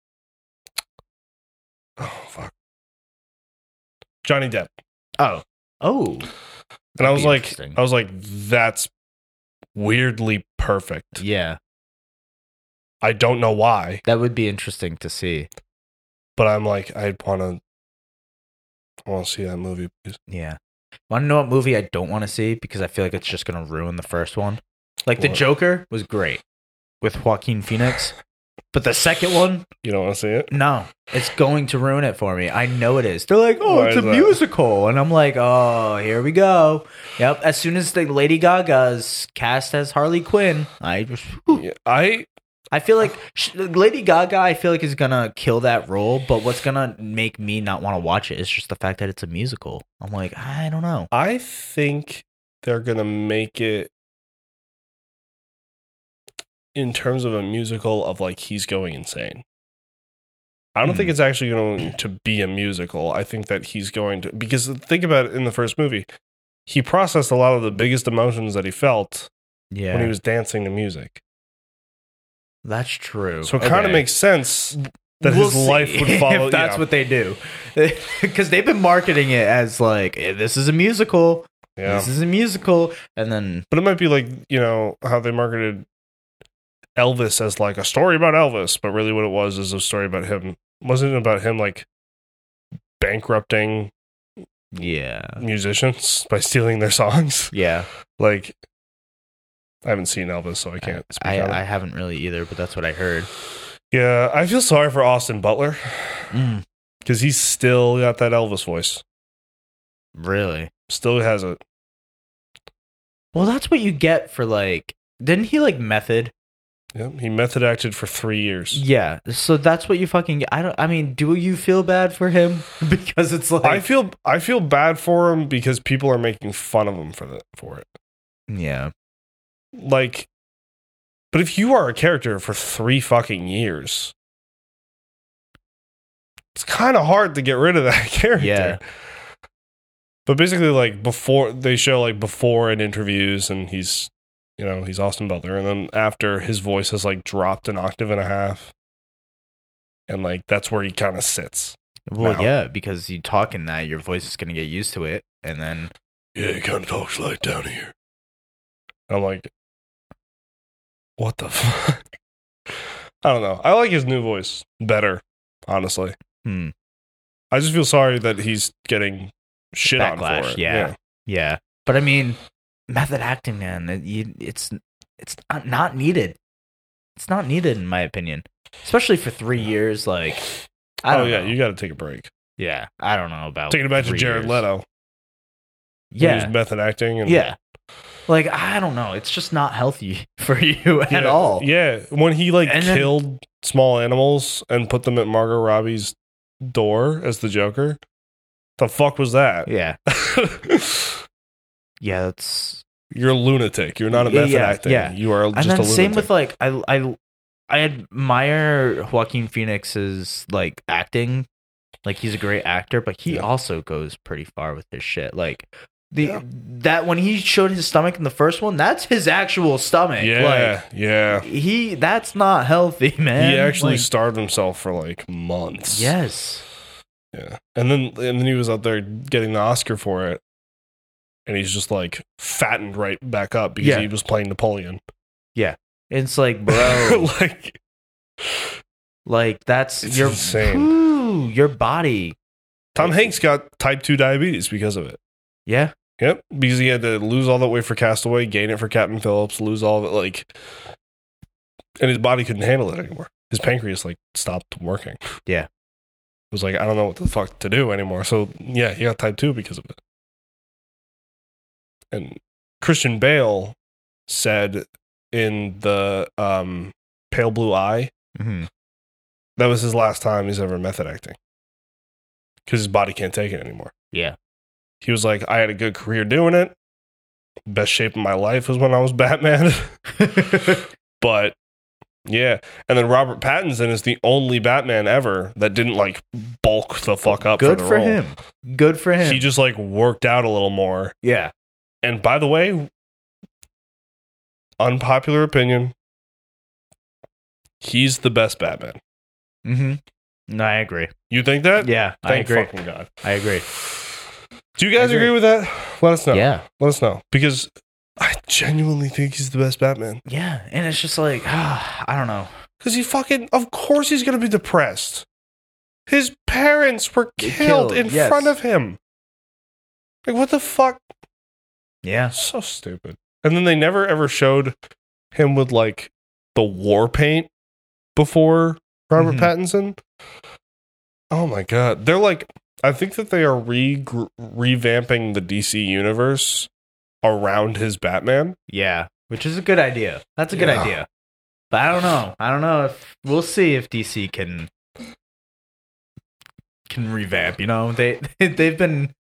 S1: oh fuck. Johnny Depp.
S2: oh oh
S1: And I was
S2: be
S1: like
S2: interesting.
S1: I was like that's weirdly perfect.
S2: yeah.
S1: I don't know why,
S2: That would be interesting to see.
S1: but I'm like I want to I want to see that movie. please.
S2: Yeah. Want to know what movie I don't want to see because I feel like it's just going to ruin the first one? Like The
S1: What?
S2: Joker was great with Joaquin Phoenix, but the second one,
S1: You don't want to see it?
S2: no, it's going to ruin it for me. I know it is. They're like, oh,
S1: Why
S2: it's a
S1: is that?
S2: musical. And I'm like, oh, here we go. Yep. As soon as the Lady Gaga's cast as Harley Quinn, I just, whew.
S1: Yeah, I
S2: I feel like sh- Lady Gaga, I feel like is gonna kill that role. But what's gonna make me not want to watch it is just the fact that it's a musical. I'm like, I don't know.
S1: I think they're going to make it in terms of a musical of like he's going insane. I don't think
S2: Hmm.
S1: it's actually going to be a musical. I think that he's going to because think about it in the first movie, he processed a lot of the biggest emotions that he felt
S2: Yeah,
S1: when he was dancing to music.
S2: that's true.
S1: So it kind of
S2: Okay.
S1: makes sense that
S2: We'll
S1: his life
S2: see
S1: would follow.
S2: If that's
S1: yeah.
S2: what they do, because they've been marketing it as like eh, this is a musical,
S1: yeah.
S2: this is a musical, and then
S1: But it might be like, you know, how they marketed Elvis as like a story about Elvis, but really what it was is a story about him. Wasn't it about him like bankrupting
S2: yeah,
S1: musicians by stealing their songs?
S2: yeah.
S1: Like, I haven't seen Elvis, so I can't speak
S2: I,
S1: on it.
S2: I haven't really either, but that's what I heard.
S1: yeah, I feel sorry for Austin Butler
S2: Mm,
S1: because he's still got that Elvis voice.
S2: really?
S1: Still has it.
S2: Well, that's what you get for like. Didn't he like method?
S1: Yep, he method acted for three years.
S2: Yeah. So that's what you fucking. Get. I don't. I mean, do you feel bad for him because it's like.
S1: I feel I feel bad for him because people are making fun of him for the, for it.
S2: yeah.
S1: like but if you are a character for three fucking years it's kind of hard to get rid of that character
S2: Yeah.
S1: but basically like before they show like before in interviews and he's you know he's austin butler and then after his voice has like dropped an octave and a half and like that's where he kind of sits
S2: Well,
S1: Now.
S2: yeah, because you talk in that, your voice is gonna get used to it, and then
S1: yeah he kind of talks like down here i'm like what the fuck i don't know i like his new voice better honestly
S2: hmm,
S1: I just feel sorry that he's getting shit on for
S2: Backlash,
S1: it.
S2: yeah. Yeah, but I mean, method acting, man. it- you- it's it's not- not needed. It's not needed, in my opinion, especially for three years. Like, I
S1: Oh
S2: don't
S1: yeah,
S2: know.
S1: you got to take a break.
S2: yeah, I don't know about
S1: Taking it back to
S2: three
S1: Jared
S2: years.
S1: Leto. when he was
S2: Yeah,
S1: method acting and
S2: yeah. Like I don't know. It's just not healthy for you
S1: Yeah,
S2: at all.
S1: Yeah, when he like
S2: And then-
S1: killed small animals and put them at Margot Robbie's door as the Joker. The fuck was that?
S2: yeah, yeah. That's
S1: You're a lunatic. You're not a
S2: Yeah,
S1: method
S2: yeah,
S1: acting.
S2: yeah.
S1: You are just
S2: and then
S1: a lunatic.
S2: same with like I I I admire Joaquin Phoenix's like acting, like he's a great actor, but he
S1: Yeah.
S2: also goes pretty far with his shit. Like the
S1: Yeah.
S2: that when he showed his stomach in the first one, that's his actual stomach.
S1: yeah, yeah.
S2: like he that's not healthy, man.
S1: he actually
S2: Like,
S1: starved himself for like months.
S2: yes,
S1: Yeah. And then and then he was out there getting the Oscar for it. And he's just like fattened right back up because
S2: Yeah.
S1: he was playing Napoleon.
S2: it's like bro,
S1: like
S2: like that's
S1: It's
S2: your
S1: insane.
S2: Ooh, your body.
S1: Tom Hanks got type 2 diabetes because of it.
S2: Yeah,
S1: Yep, because he had to lose all that weight for Castaway, gain it for Captain Phillips, lose all of it like and his body couldn't handle it anymore. His pancreas like stopped working.
S2: Yeah.
S1: It was like I don't know what the fuck to do anymore. So yeah, he got type 2 because of it. And Christian Bale said in the um Pale Blue Eye Mm-hmm.
S2: Mhm.
S1: that was his last time he's ever method acting. Cuz his body can't take it anymore
S2: yeah,
S1: he was like, I had a good career doing it. Best shape of my life was when I was Batman. but yeah. And then Robert Pattinson is the only Batman ever that didn't like bulk the fuck up.
S2: good
S1: for, the
S2: for
S1: role.
S2: him. Good for him.
S1: He just like worked out a little more.
S2: yeah.
S1: And by the way, unpopular opinion, he's the best Batman.
S2: Mm-hmm. Uh, No, I agree.
S1: You think that?
S2: Yeah, I
S1: Thank
S2: agree.
S1: fucking God.
S2: I agree.
S1: Do you guys
S2: I agree.
S1: agree with that? Let us know.
S2: Yeah,
S1: Let us know because I genuinely think he's the best Batman.
S2: yeah, and it's just like I don't know.
S1: Because he fucking, of course, he's gonna be depressed. His parents were killed,
S2: Killed,
S1: in
S2: yes.
S1: front of him. Like what the fuck?
S2: Yeah,
S1: So stupid. And then they never ever showed him with like the war paint before Robert
S2: Mhm.
S1: Pattinson. Oh my god, they're like. I think that they are re- revamping the DC universe around his Batman.
S2: yeah, which is a good idea. That's a good
S1: Yeah.
S2: idea. But I don't know. I don't know if we'll see if DC can can revamp. You know, they they've been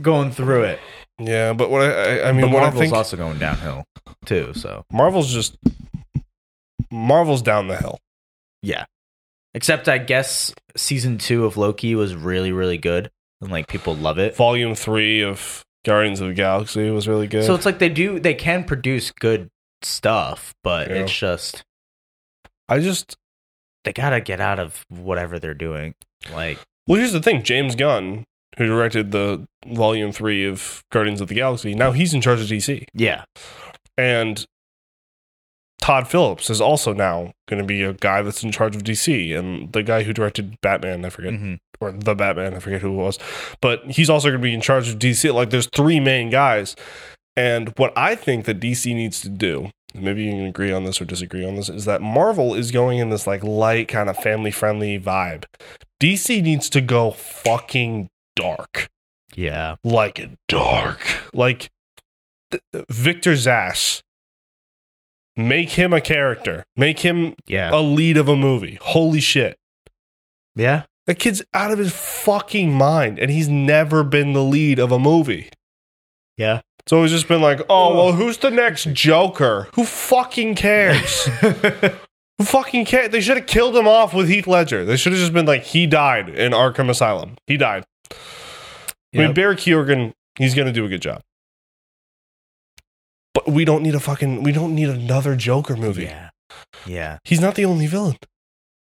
S2: going through it.
S1: Yeah, but what I, I, I mean,
S2: but
S1: what I
S2: Marvel's
S1: think
S2: also going downhill too. So
S1: Marvel's just Marvel's down the hill.
S2: except I guess season two of Loki was really really good and like people love it.
S1: Volume three of Guardians of the Galaxy was really good.
S2: So it's like they do they can produce good stuff, but
S1: Yeah.
S2: it's just
S1: I just
S2: they gotta get out of whatever they're doing. Like,
S1: well, here's the thing: James Gunn, who directed the Volume three of Guardians of the Galaxy, now he's in charge of DC,
S2: yeah,
S1: and Todd Phillips is also now going to be a guy that's in charge of DC, and the guy who directed Batman, I forget,
S2: mhm.
S1: or the Batman, I forget who it was, but he's also going to be in charge of DC. Like, there's three main guys. And what I think that DC needs to do, and maybe you can agree on this or disagree on this, is that Marvel is going in this like light, kind of family friendly vibe. DC needs to go fucking dark,
S2: yeah,
S1: like dark, like th- Victor Zass. Make him a character. Make him
S2: yeah,
S1: a lead of a movie. Holy shit.
S2: yeah.
S1: That kid's out of his fucking mind, and he's never been the lead of a movie.
S2: Yeah.
S1: It's always just been like, oh, well, who's the next Joker? Who fucking cares? Who fucking cares? They should have killed him off with Heath Ledger. They should have just been like, he died in Arkham Asylum. He died. I mean,
S2: Yep.
S1: Barry Keoghan, he's going to do a good job. But we don't need a fucking, we don't need another Joker movie.
S2: yeah, yeah.
S1: He's not the only villain.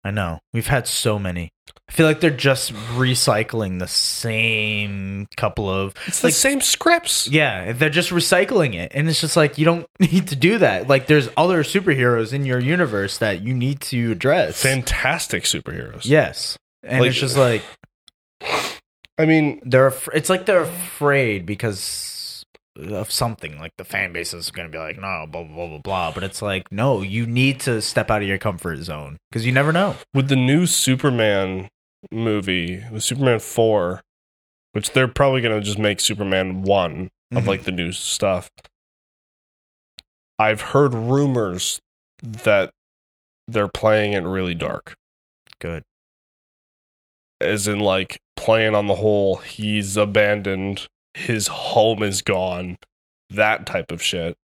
S2: I know. We've had so many. I feel like they're just recycling the same couple of
S1: It's the
S2: Like-
S1: same scripts.
S2: yeah. They're just recycling it, and it's just like you don't need to do that. Like, there's other superheroes in your universe that you need to address.
S1: Fantastic superheroes.
S2: Yes, and
S1: Like-
S2: it's just like
S1: I mean,
S2: they're. Af- it's like they're afraid because of something. Like the fan base is going to be like, no, blah, blah, blah, blah. But it's like, no, you need to step out of your comfort zone because you never know.
S1: with the new Superman movie, the Superman four, which they're probably gonna just make Superman one of
S2: Mhm.
S1: like the new stuff. I've heard rumors that they're playing it really dark,
S2: good.
S1: as in like playing on the whole he's abandoned, his home is gone, that type of shit.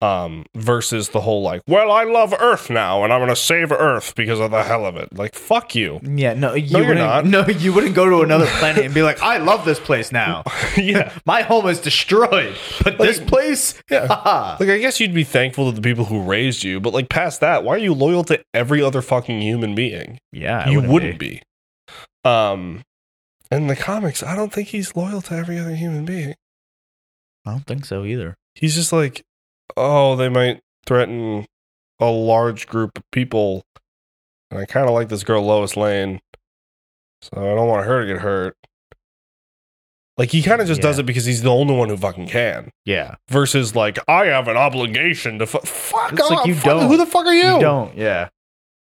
S1: Um, versus the whole like, well, I love Earth now, and I'm gonna save Earth because of the hell of it. Like, fuck you.
S2: Yeah, no, you
S1: you're
S2: wouldn't,
S1: not.
S2: No, you wouldn't go to another planet and be like, I love this place now.
S1: yeah.
S2: My home is destroyed, but this place,
S1: Yeah.
S2: haha.
S1: Uh, Like, I guess you'd be thankful to the people who raised you, but like, past that, why are you loyal to every other fucking human being?
S2: yeah, I
S1: you wouldn't be. Um, in the comics, I don't think he's loyal to every other human being.
S2: I don't think so either.
S1: He's just like, oh, they might threaten a large group of people, and I kind of like this girl Lois Lane, so I don't want her to get hurt. Like, he kind of just does
S2: Yeah.
S1: it because he's the only one who fucking can.
S2: Yeah,
S1: versus like I have an obligation to fu- fuck
S2: It's
S1: off.
S2: like you
S1: fuck-
S2: don't.
S1: Who the fuck are you?
S2: you don't. Yeah,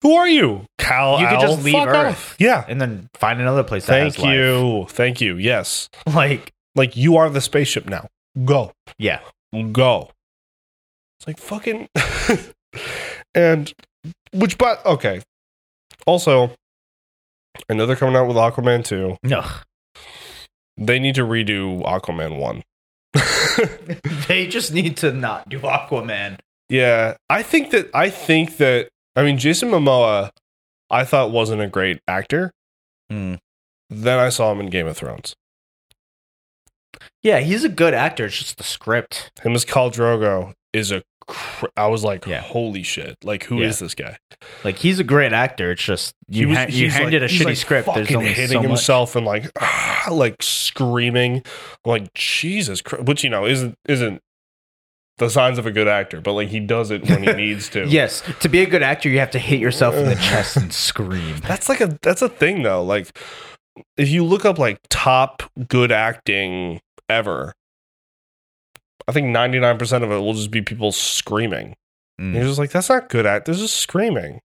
S1: Who are you? Cal.
S2: You could
S1: Al,
S2: just leave
S1: fuck
S2: Earth.
S1: off. Yeah.
S2: and then find another place. That
S1: Thank
S2: has life.
S1: you. Thank you. Yes.
S2: Like,
S1: Like you are the spaceship now. Go.
S2: yeah,
S1: Go. It's like fucking and which but okay. Also, I know they're coming out with Aquaman 2.
S2: no,
S1: They need to redo Aquaman 1.
S2: they just need to not do Aquaman.
S1: Yeah, I think that I think that I mean Jason Momoa, I thought wasn't a great actor. Hmm. Then I saw him in Game of Thrones.
S2: Yeah, he's a good actor. It's just the script.
S1: Him as Khal Drogo is a. Cr- I was like,
S2: Yeah.
S1: holy shit! Like, who is
S2: Yeah.
S1: this guy?
S2: Like, he's a great actor. It's just
S1: He
S2: you
S1: was-
S2: ha- you
S1: he's
S2: handed
S1: like-
S2: a
S1: he's
S2: shitty
S1: like
S2: script. There's
S1: fucking
S2: only
S1: hitting
S2: so much.
S1: himself and like, ah, like screaming, I'm like Jesus Christ, which you know isn't isn't the signs of a good actor, but like he does it when he needs to.
S2: Yes, to be a good actor, you have to hit yourself in the chest and scream.
S1: That's like a that's a thing though. Like if you look up like top good acting ever, I think 99% of it will just be people screaming. And
S2: Mm.
S1: you're just like, that's not good act. There's just screaming.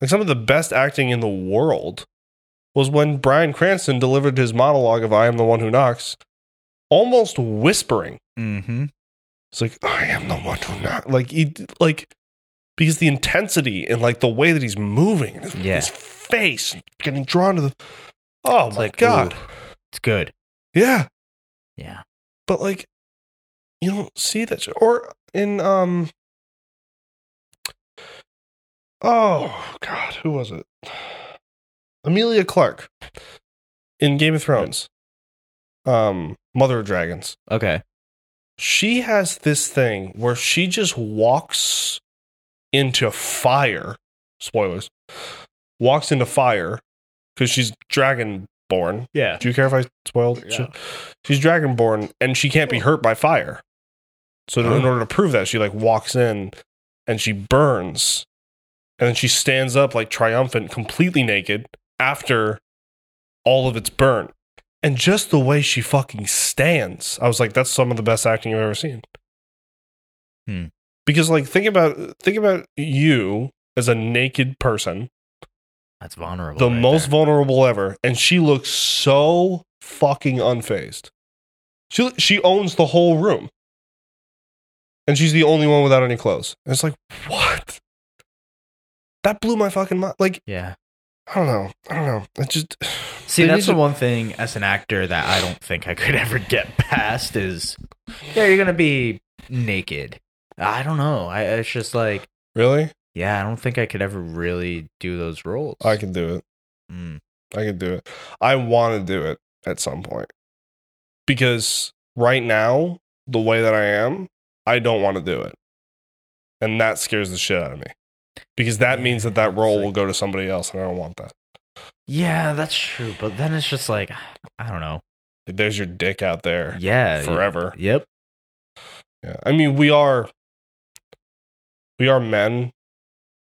S1: Like some of the best acting in the world was when Brian Cranston delivered his monologue of I am the one who knocks, almost whispering.
S2: Mm-hmm.
S1: It's like I am the one who not like he like because the intensity and like the way that he's moving, his,
S2: Yeah.
S1: his face getting drawn to the oh
S2: It's
S1: my
S2: like,
S1: god,
S2: ooh. It's good.
S1: yeah.
S2: Yeah.
S1: But like you don't see that shit. or in um oh god, who was it? Amelia Clark in Game of Thrones, um, Mother of Dragons.
S2: Okay.
S1: she has this thing where she just walks into fire. Spoilers. Walks into fire because she's dragonborn.
S2: Yeah.
S1: Do you care if I spoiled?
S2: Yeah.
S1: shit? She's dragonborn and she can't be hurt by fire. So to- in
S2: Oh.
S1: order to prove that, she like walks in and she burns, and then she stands up like triumphant, completely naked after all of it's burnt. And just the way she fucking stands, I was like, that's some of the best acting I've ever seen.
S2: Hmm.
S1: Because like think about think about you as a naked person
S2: That's vulnerable.
S1: the
S2: right
S1: most
S2: there.
S1: vulnerable ever, and she looks so fucking unfazed. She she owns the whole room, and she's the only one without any clothes. And it's like what? That blew my fucking mind. Like
S2: Yeah.
S1: I don't know, I don't know. It just
S2: See,
S1: They
S2: that's
S1: need
S2: the
S1: to-
S2: one thing as an actor that I don't think I could ever get past is, yeah, you're gonna be naked. I don't know. I it's just like,
S1: really.
S2: yeah, I don't think I could ever really do those roles.
S1: I can do it.
S2: Mm.
S1: I can do it. I want to do it at some point because right now the way that I am, I don't want to do it, and that scares the shit out of me because that means that that role will go to somebody else, and I don't want that.
S2: Yeah, that's true. But then it's just like, I don't know.
S1: Like, there's your dick out there
S2: Yeah.
S1: forever.
S2: Yep.
S1: Yeah. I mean, we are we are men,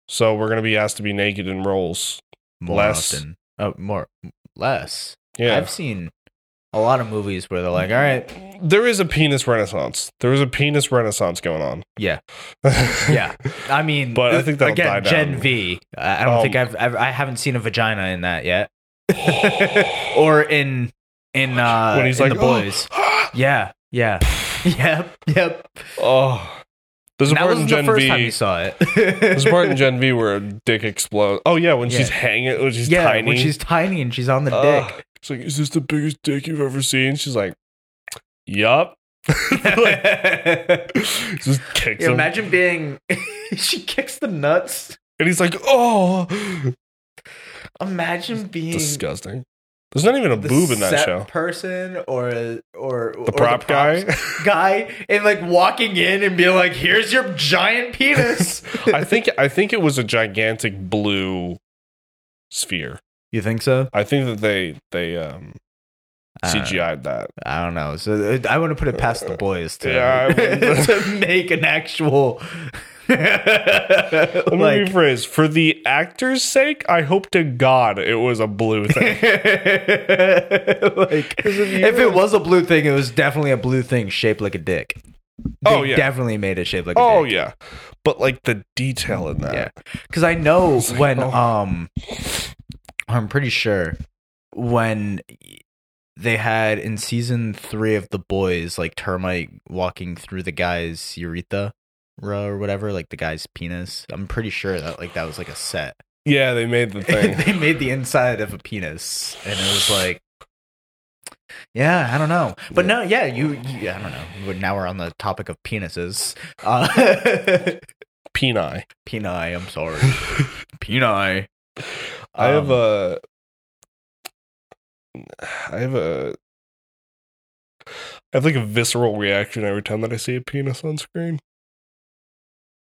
S1: so we're gonna be asked to be naked in roles.
S2: More
S1: Less.
S2: often. Oh, more less.
S1: Yeah,
S2: I've seen a lot of movies where they're like, all right,
S1: There is a penis renaissance. There is a penis renaissance going on.
S2: Yeah. yeah. I mean, uh,
S1: But I think that'll
S2: again,
S1: die down.
S2: Gen V. I I don't
S1: Um,
S2: think I've, I've I haven't seen a vagina in that yet, or in in uh
S1: when he's
S2: in
S1: like
S2: the boys.
S1: Oh,
S2: Yeah, yeah, yep, yep.
S1: oh. there's a
S2: That
S1: part
S2: was
S1: in
S2: the
S1: Gen
S2: first
S1: V.
S2: time you saw it.
S1: There's a part in Gen V where a dick explodes. Oh yeah, when
S2: Yeah.
S1: she's hanging, when she's
S2: yeah,
S1: tiny,
S2: when she's tiny and she's on the
S1: Ugh.
S2: dick.
S1: It's like, is this the biggest dick you've ever seen? She's like, yup. Like, just kicks
S2: Yeah,
S1: him,
S2: imagine being. she kicks the nuts.
S1: and he's like, oh,
S2: Imagine being
S1: disgusting. There's not even a
S2: the
S1: boob in that
S2: set
S1: show.
S2: person or or
S1: The prop guy.
S2: guy and like walking in and being like, "Here's your giant penis."
S1: I think I think it was a gigantic blue sphere.
S2: you think so?
S1: I think that they they um CGI'd that.
S2: I don't know. So uh, I want to put it past the boys to
S1: Yeah, I wouldn't.
S2: to make an actual
S1: Let me
S2: like.
S1: rephrase. For the actor's sake, I hope to God it was a blue thing.
S2: like if it was a blue thing, it was definitely a blue thing shaped like a dick.
S1: Oh,
S2: They
S1: yeah.
S2: definitely made it shaped like a dick.
S1: oh yeah, but like the detail in that.
S2: Yeah, because I know
S1: It's like,
S2: when
S1: oh.
S2: um, I'm pretty sure when they had in season three of the boys like termite walking through the guy's urethra or whatever, like the guy's penis. I'm pretty sure that like that was like a set.
S1: Yeah, they made the thing.
S2: they made the inside of a penis, and it was like. Yeah, I don't know, but no, yeah, you, you, I don't know. But Now we're on the topic of penises. Uh,
S1: Peni.
S2: Peni, I'm sorry. Peni.
S1: I have
S2: Um,
S1: a. I have a. I have like a visceral reaction every time that I see a penis on screen.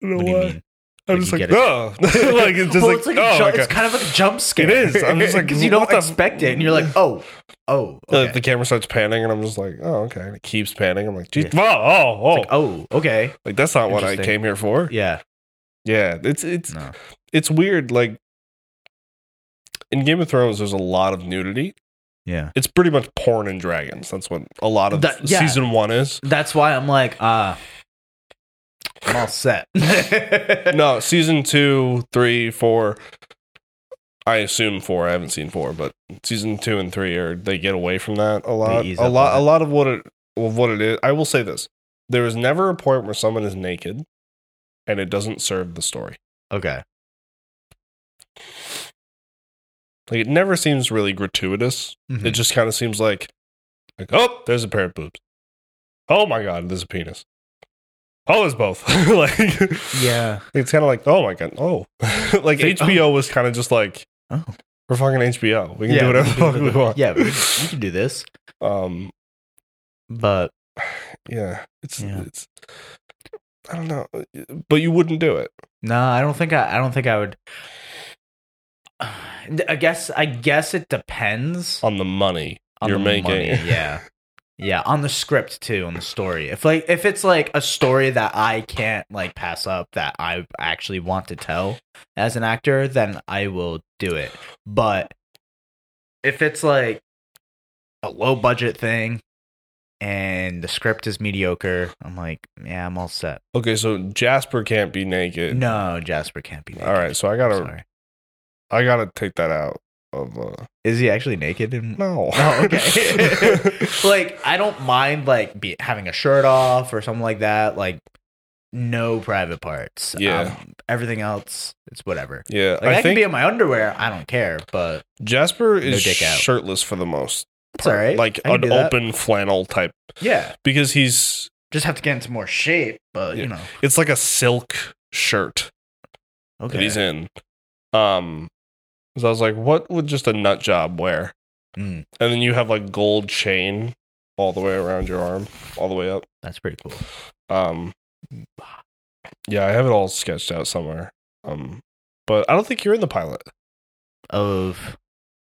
S1: I don't know
S2: What do you
S1: why.
S2: mean?
S1: I'm
S2: Like,
S1: just
S2: you
S1: like,
S2: get it?
S1: oh, like it's just
S2: Well,
S1: like,
S2: it's like a
S1: oh,
S2: ju-
S1: okay.
S2: it's kind of like a jump scare.
S1: is. I'm just like,
S2: because you don't
S1: what the-
S2: expect it, and you're like, oh, oh,
S1: Uh,
S2: okay.
S1: the camera starts panning, and I'm just like, oh, okay. And it keeps panning. I'm like, geez,
S2: Yeah.
S1: oh, oh, oh,
S2: It's like, oh, okay,
S1: like that's not what I
S2: Interesting.
S1: came here for.
S2: yeah,
S1: Yeah, it's it's
S2: no,
S1: it's weird. Like in Game of Thrones, there's a lot of nudity.
S2: yeah.
S1: It's pretty much porn and dragons. That's what a lot of
S2: That- yeah.
S1: season one is.
S2: That's why I'm like, ah, I'm all set.
S1: no, season two, three, four. I assume four. I haven't seen four, but season two and three are they get away from that a lot.
S2: ease
S1: A
S2: up
S1: lot.
S2: on
S1: A
S2: it.
S1: lot of what it of what it is. I will say this: there is never a point where someone is naked, and it doesn't serve the story.
S2: Okay,
S1: Like it never seems really gratuitous. It
S2: Mhm.
S1: just kind of seems like, like, oh, there's a pair of boobs. Oh my god, there's a penis. Oh, there's both. like,
S2: yeah.
S1: it's kind of like, oh my god, oh, like
S2: It's like,
S1: HBO was kind of just like,
S2: Oh.
S1: we're fucking HBO. We can
S2: yeah,
S1: do whatever
S2: we
S1: the fuck we want.
S2: Yeah, we can, we can do this,
S1: Um.
S2: but
S1: Yeah. It's.
S2: Yeah.
S1: It's. I don't know, uh, but you wouldn't do it.
S2: No, I don't think I. I don't think I would. I guess. I guess it depends
S1: on the money
S2: on
S1: you're
S2: the
S1: making.
S2: money, Yeah, yeah, on the script too, on the story. If like if it's like a story that I can't like pass up that I actually want to tell as an actor, then I will do it. But if it's like a low budget thing and the script is mediocre, I'm like, yeah, I'm all set.
S1: Okay, so Jasper can't be naked.
S2: No, Jasper can't be. Naked.
S1: All right, so I gotta,
S2: Sorry.
S1: I gotta take that out of. Uh,
S2: Is he actually naked? In-
S1: no.
S2: Oh, okay. like I don't mind like be, having a shirt off or something like that. Like no private parts.
S1: Yeah.
S2: Um, everything else, it's whatever.
S1: yeah,
S2: Like I,
S1: I,
S2: can
S1: think
S2: be in my underwear. I don't care. But
S1: Jasper is
S2: dick out.
S1: shirtless for the most.
S2: it's all right.
S1: Like
S2: I can do
S1: an
S2: that.
S1: open flannel type,
S2: yeah,
S1: because he's.
S2: just have to get into more shape. But
S1: Yeah.
S2: you know,
S1: It's like a silk shirt
S2: okay.
S1: that he's in. Um, so I was like, what would just a nut job wear?
S2: Mm,
S1: And then you have like gold chain all the way around your arm, all the way up.
S2: that's pretty cool.
S1: Um, yeah, I have it all sketched out somewhere. Um, but I don't think you're in the pilot
S2: Of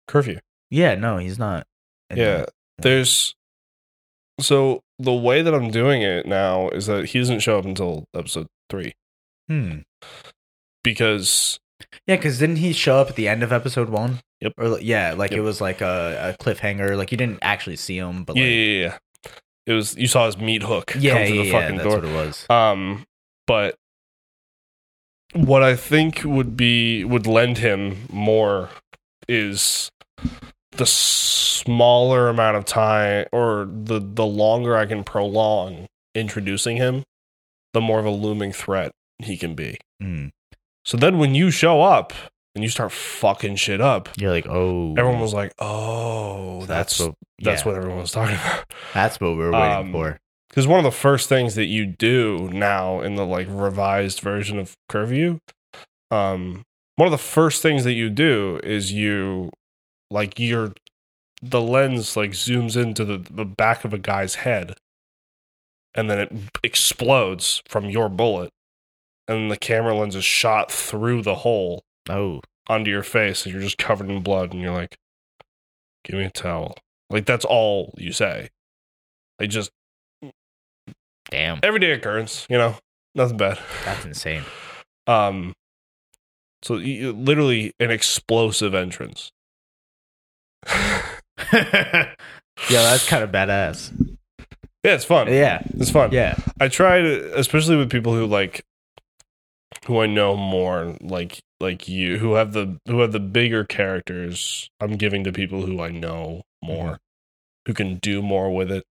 S1: curfew.
S2: yeah, no, he's not. in
S1: yeah,
S2: that.
S1: there's. So the way that I'm doing it now is that he doesn't show up until episode three
S2: Hmm.
S1: because
S2: Yeah, because didn't he show up at the end of episode one?
S1: Yep.
S2: Or like- yeah, like
S1: Yep.
S2: it was like a, a cliffhanger. Like you didn't actually see him, but
S1: yeah,
S2: like,
S1: yeah, yeah. It was you saw his meat hook
S2: yeah,
S1: come
S2: yeah,
S1: through the
S2: yeah,
S1: fucking
S2: that's
S1: door.
S2: what it was.
S1: Um, but what I think would be would lend him more is the smaller amount of time or the the longer I can prolong introducing him, the more of a looming threat he can be.
S2: Mm.
S1: So then when you show up and you start fucking shit up,
S2: You're like, oh,
S1: everyone was like, "Oh, that's that's,
S2: what that's what
S1: what everyone was talking about."
S2: that's what we were waiting
S1: Um,
S2: for.
S1: Because one of the first things that you do now in the like revised version of Curfew, um, one of the first things that you do is you like your the lens like zooms into the, the back of a guy's head and then it explodes from your bullet and the camera lens is shot through the hole
S2: Oh,
S1: onto your face and you're just covered in blood and you're like give me a towel like that's all you say like just
S2: damn,
S1: everyday occurrence, you know, nothing bad.
S2: that's insane.
S1: Um, so you, literally an explosive entrance.
S2: yeah, that's kind of badass.
S1: Yeah, it's fun.
S2: Yeah,
S1: It's fun.
S2: yeah,
S1: I tried, especially with people who like, who I know more, like like you, who have the who have the bigger characters. I'm giving to people who I know more, who can do more with it.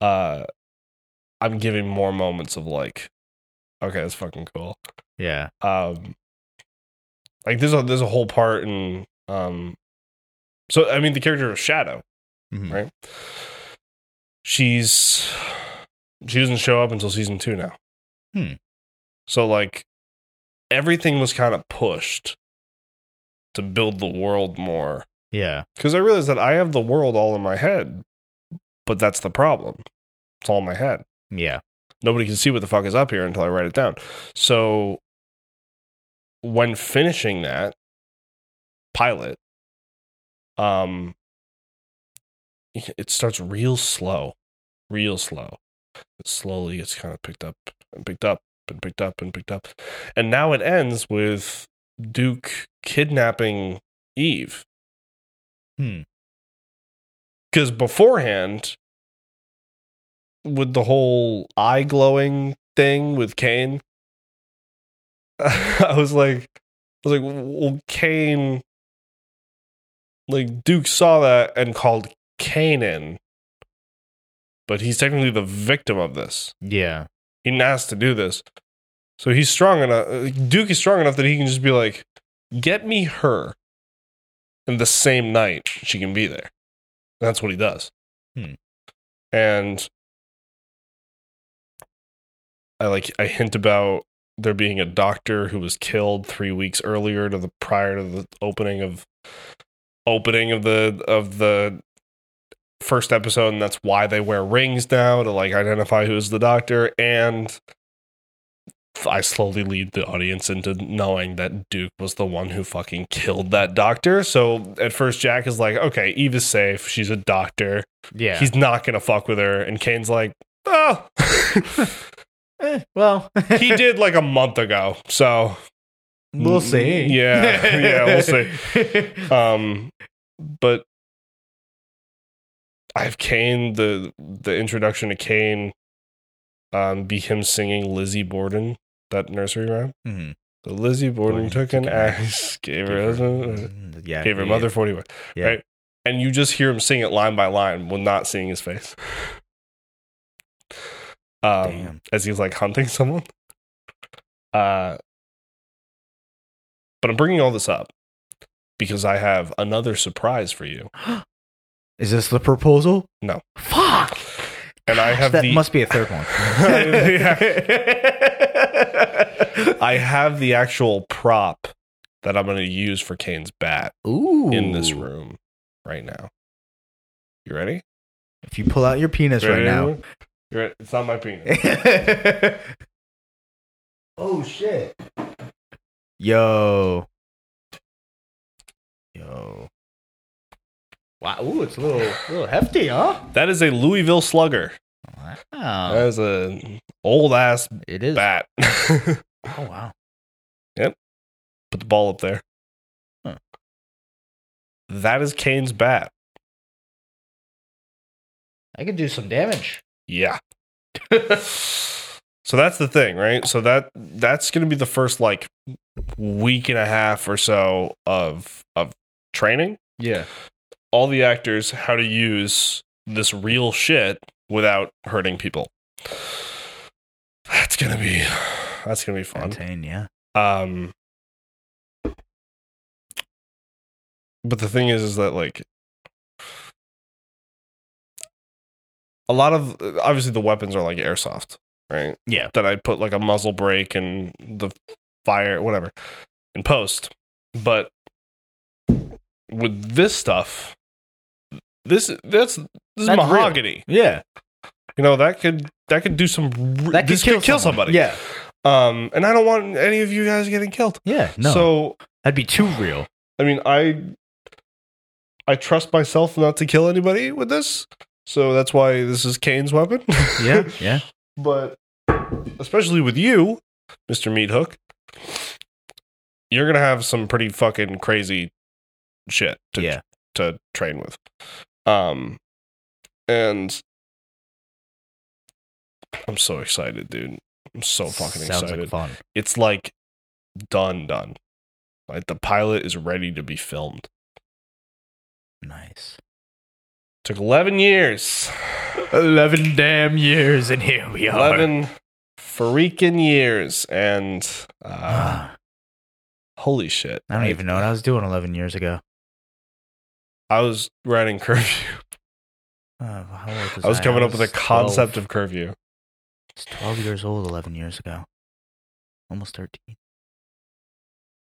S1: Uh, I'm giving more moments of like, okay, that's fucking cool.
S2: yeah.
S1: um like there's a there's a whole part in um so i mean the character of shadow
S2: Mhm.
S1: Right. she's she doesn't show up until season two now
S2: Hmm.
S1: so like everything was kind of pushed to build the world more
S2: Yeah,
S1: because i realized that i have the world all in my head but that's the problem it's all in my head
S2: yeah,
S1: nobody can see what the fuck is up here until I write it down. So when finishing that pilot, um, it starts real slow, real slow. It slowly gets kind of picked up and picked up and picked up and picked up, and now it ends with Duke kidnapping Eve.
S2: Hmm.
S1: Because beforehand, with the whole eye glowing thing with Kane, I was like, I was like, well, Kane, like Duke saw that and called Kane in, but he's technically the victim of this.
S2: yeah,
S1: He didn't ask to do this, so he's strong enough. uh, Duke is strong enough that he can just be like, get me her, and the same night she can be there. That's what he does.
S2: Hmm.
S1: And I like I hint about there being a doctor who was killed three weeks earlier to the prior to the opening of opening of the of the first episode, and that's why they wear rings now to like identify who's the doctor. And I slowly lead the audience into knowing that Duke was the one who fucking killed that doctor. So at first, Jack is like, "Okay, Eve is safe. She's a doctor.
S2: yeah.
S1: He's not gonna fuck with her." And Kane's like, "Oh."
S2: Eh, well,
S1: he did like a month ago. So,
S2: We'll see.
S1: mm,
S2: Uh,
S1: Yeah, yeah, we'll see.
S2: see.
S1: um, but I have Kane the the introduction to Kane, um, be him singing Lizzie Borden that nursery rhyme.
S2: Mhm.
S1: So Lizzie Borden
S2: Borden
S1: took an
S2: took an
S1: axe, gave her
S2: Gave
S1: husband,
S2: her- mm, yeah,
S1: Mm. gave her
S2: yeah,
S1: mother forty one.
S2: yeah.
S1: right? And you just hear him sing it line by line, while not seeing his face. Um,
S2: Damn.
S1: as he's like hunting someone. Uh, but I'm bringing all this up because I have another surprise for you,
S2: Is this the proposal?
S1: No.
S2: Fuck.
S1: and I have
S2: that
S1: the
S2: must be a third one.
S1: I have the actual prop that I'm going to use for Kane's bat
S2: Ooh.
S1: in this room right now. You ready?
S2: If you pull out your penis right
S1: Ready,
S2: now.
S1: everyone? You ready? It's not my penis.
S2: oh shit. Yo. Yo. Wow. Ooh, it's a little, little hefty, huh?
S1: That is a Louisville Slugger.
S2: Wow.
S1: That is a old ass
S2: It is.
S1: bat.
S2: Oh wow.
S1: Yep. put the ball up there.
S2: Huh.
S1: That is Kane's bat.
S2: I could do some damage.
S1: Yeah. so that's the thing, right? So that that's going to be the first like week and a half or so of of training.
S2: Yeah.
S1: All the actors how to use this real shit without hurting people. That's going to be that's going to be fun.
S2: Fontaine, yeah.
S1: Um, but the thing is, is that like a lot of obviously the weapons are like airsoft, right?
S2: Yeah.
S1: That I put like a muzzle brake and the fire, whatever, in post. But with this stuff, this that's this is
S2: That's real.
S1: mahogany.
S2: Yeah.
S1: You know that could that could do some. That
S2: That
S1: this could kill, somebody.
S2: Yeah.
S1: Um, and I don't want any of you guys getting killed.
S2: Yeah. No.
S1: So
S2: that'd be too real.
S1: I mean, I I trust myself not to kill anybody with this, so that's why this is Kane's weapon.
S2: Yeah. Yeah.
S1: but especially with you, Mister Meat Hook, you're gonna have some pretty fucking crazy shit to
S2: yeah.
S1: to train with. Um, and I'm so excited, dude. I'm so fucking
S2: Sounds
S1: excited
S2: like fun.
S1: it's like done done like the pilot is ready to be filmed
S2: Nice.
S1: took 11 years
S2: Eleven damn years, and here we
S1: 11 freaking years and uh,
S2: Ah,
S1: holy shit
S2: I don't even know what I was doing eleven years ago.
S1: i was writing curfew
S2: Oh, how old was
S1: i was coming up with a
S2: was
S1: concept
S2: 12.
S1: of curfew
S2: I was 12 years old 11 years ago. Almost 13.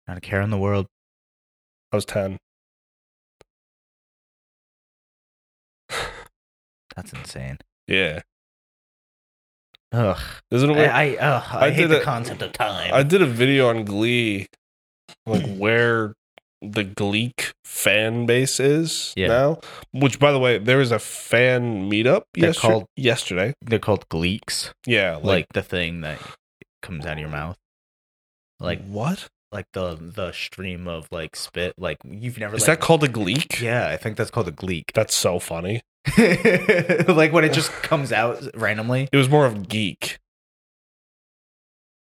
S2: Not a care in the world.
S1: i was 10
S2: That's insane.
S1: yeah
S2: Ugh.
S1: isn't it
S2: I,
S1: weird? I,
S2: I, ugh, I,
S1: I
S2: hate
S1: did
S2: the
S1: a-
S2: concept of time.
S1: did a video on glee like where the gleek fan base is
S2: Yeah.
S1: now which by the way there was a fan meetup
S2: They're
S1: yester-
S2: called-
S1: yesterday
S2: They're called gleeks.
S1: yeah
S2: Like, the thing that comes out of your mouth. Like
S1: what
S2: like the the stream of like spit. Like you've never
S1: is
S2: like,
S1: that called a gleek?
S2: Yeah, I think that's called a gleek.
S1: That's so funny.
S2: like when it just comes out randomly.
S1: It was more of geek.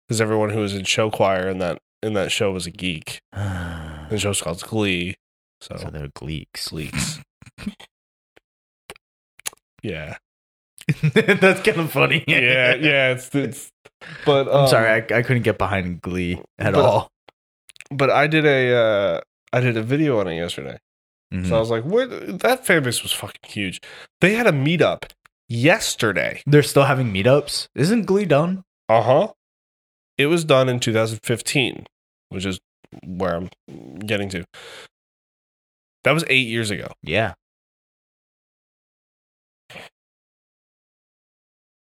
S1: Because everyone who was in show choir in that in that show was a geek. And the
S2: so
S1: show's called Glee. So,
S2: they're gleeks.
S1: gleeks. yeah.
S2: that's kind of funny.
S1: Yeah, yeah, it's, it's but
S2: I'm
S1: um,
S2: sorry, I, I couldn't get behind Glee at
S1: but-
S2: all.
S1: but I did a uh I did a video on it yesterday.
S2: Mhm.
S1: So I was like, what that fan base was fucking huge. They had a meetup yesterday.
S2: They're still having meetups. Isn't Glee done?
S1: Uh huh. It was done in 2015, which is where I'm getting to. That was eight years ago.
S2: Yeah.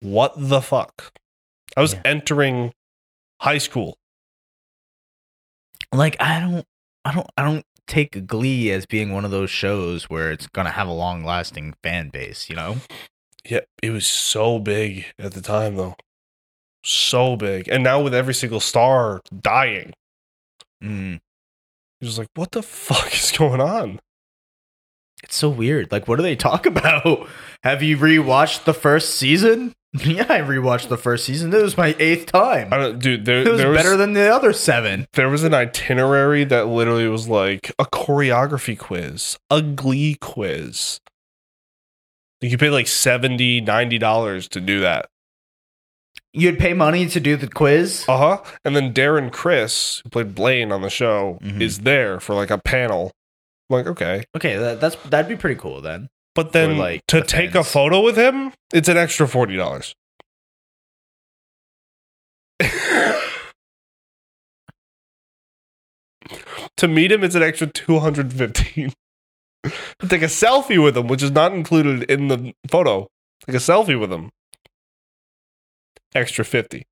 S1: What the fuck? I was
S2: Yeah.
S1: entering high school.
S2: Like I don't, I don't, I don't take Glee as being one of those shows where it's gonna have a long lasting fan base. You know?
S1: Yeah, it was so big at the time, though. So big. And now with every single star dying,
S2: Mm.
S1: you're just like, what the fuck is going on?
S2: It's so weird. Like, what do they talk about? Have you rewatched the first season? Yeah, I rewatched the first season. It was my eighth time.
S1: I don't, dude, there,
S2: It was
S1: there, was,
S2: better than the other seven.
S1: there was an itinerary that literally was like a choreography quiz, a glee quiz. You could pay like 70 $90 to do that.
S2: You'd pay money to do the quiz.
S1: Uh huh. And then Darren Chris, who played Blaine on the show,
S2: Mhm.
S1: is there for like a panel. I'm like, okay.
S2: Okay, that, that's that'd be pretty cool then.
S1: But then
S2: Or, like,
S1: to
S2: the
S1: take a
S2: fans.
S1: photo with him, it's an extra $40. to meet him, it's an extra 215 To take a selfie with him, which is not included in the photo, take a selfie with him, extra 50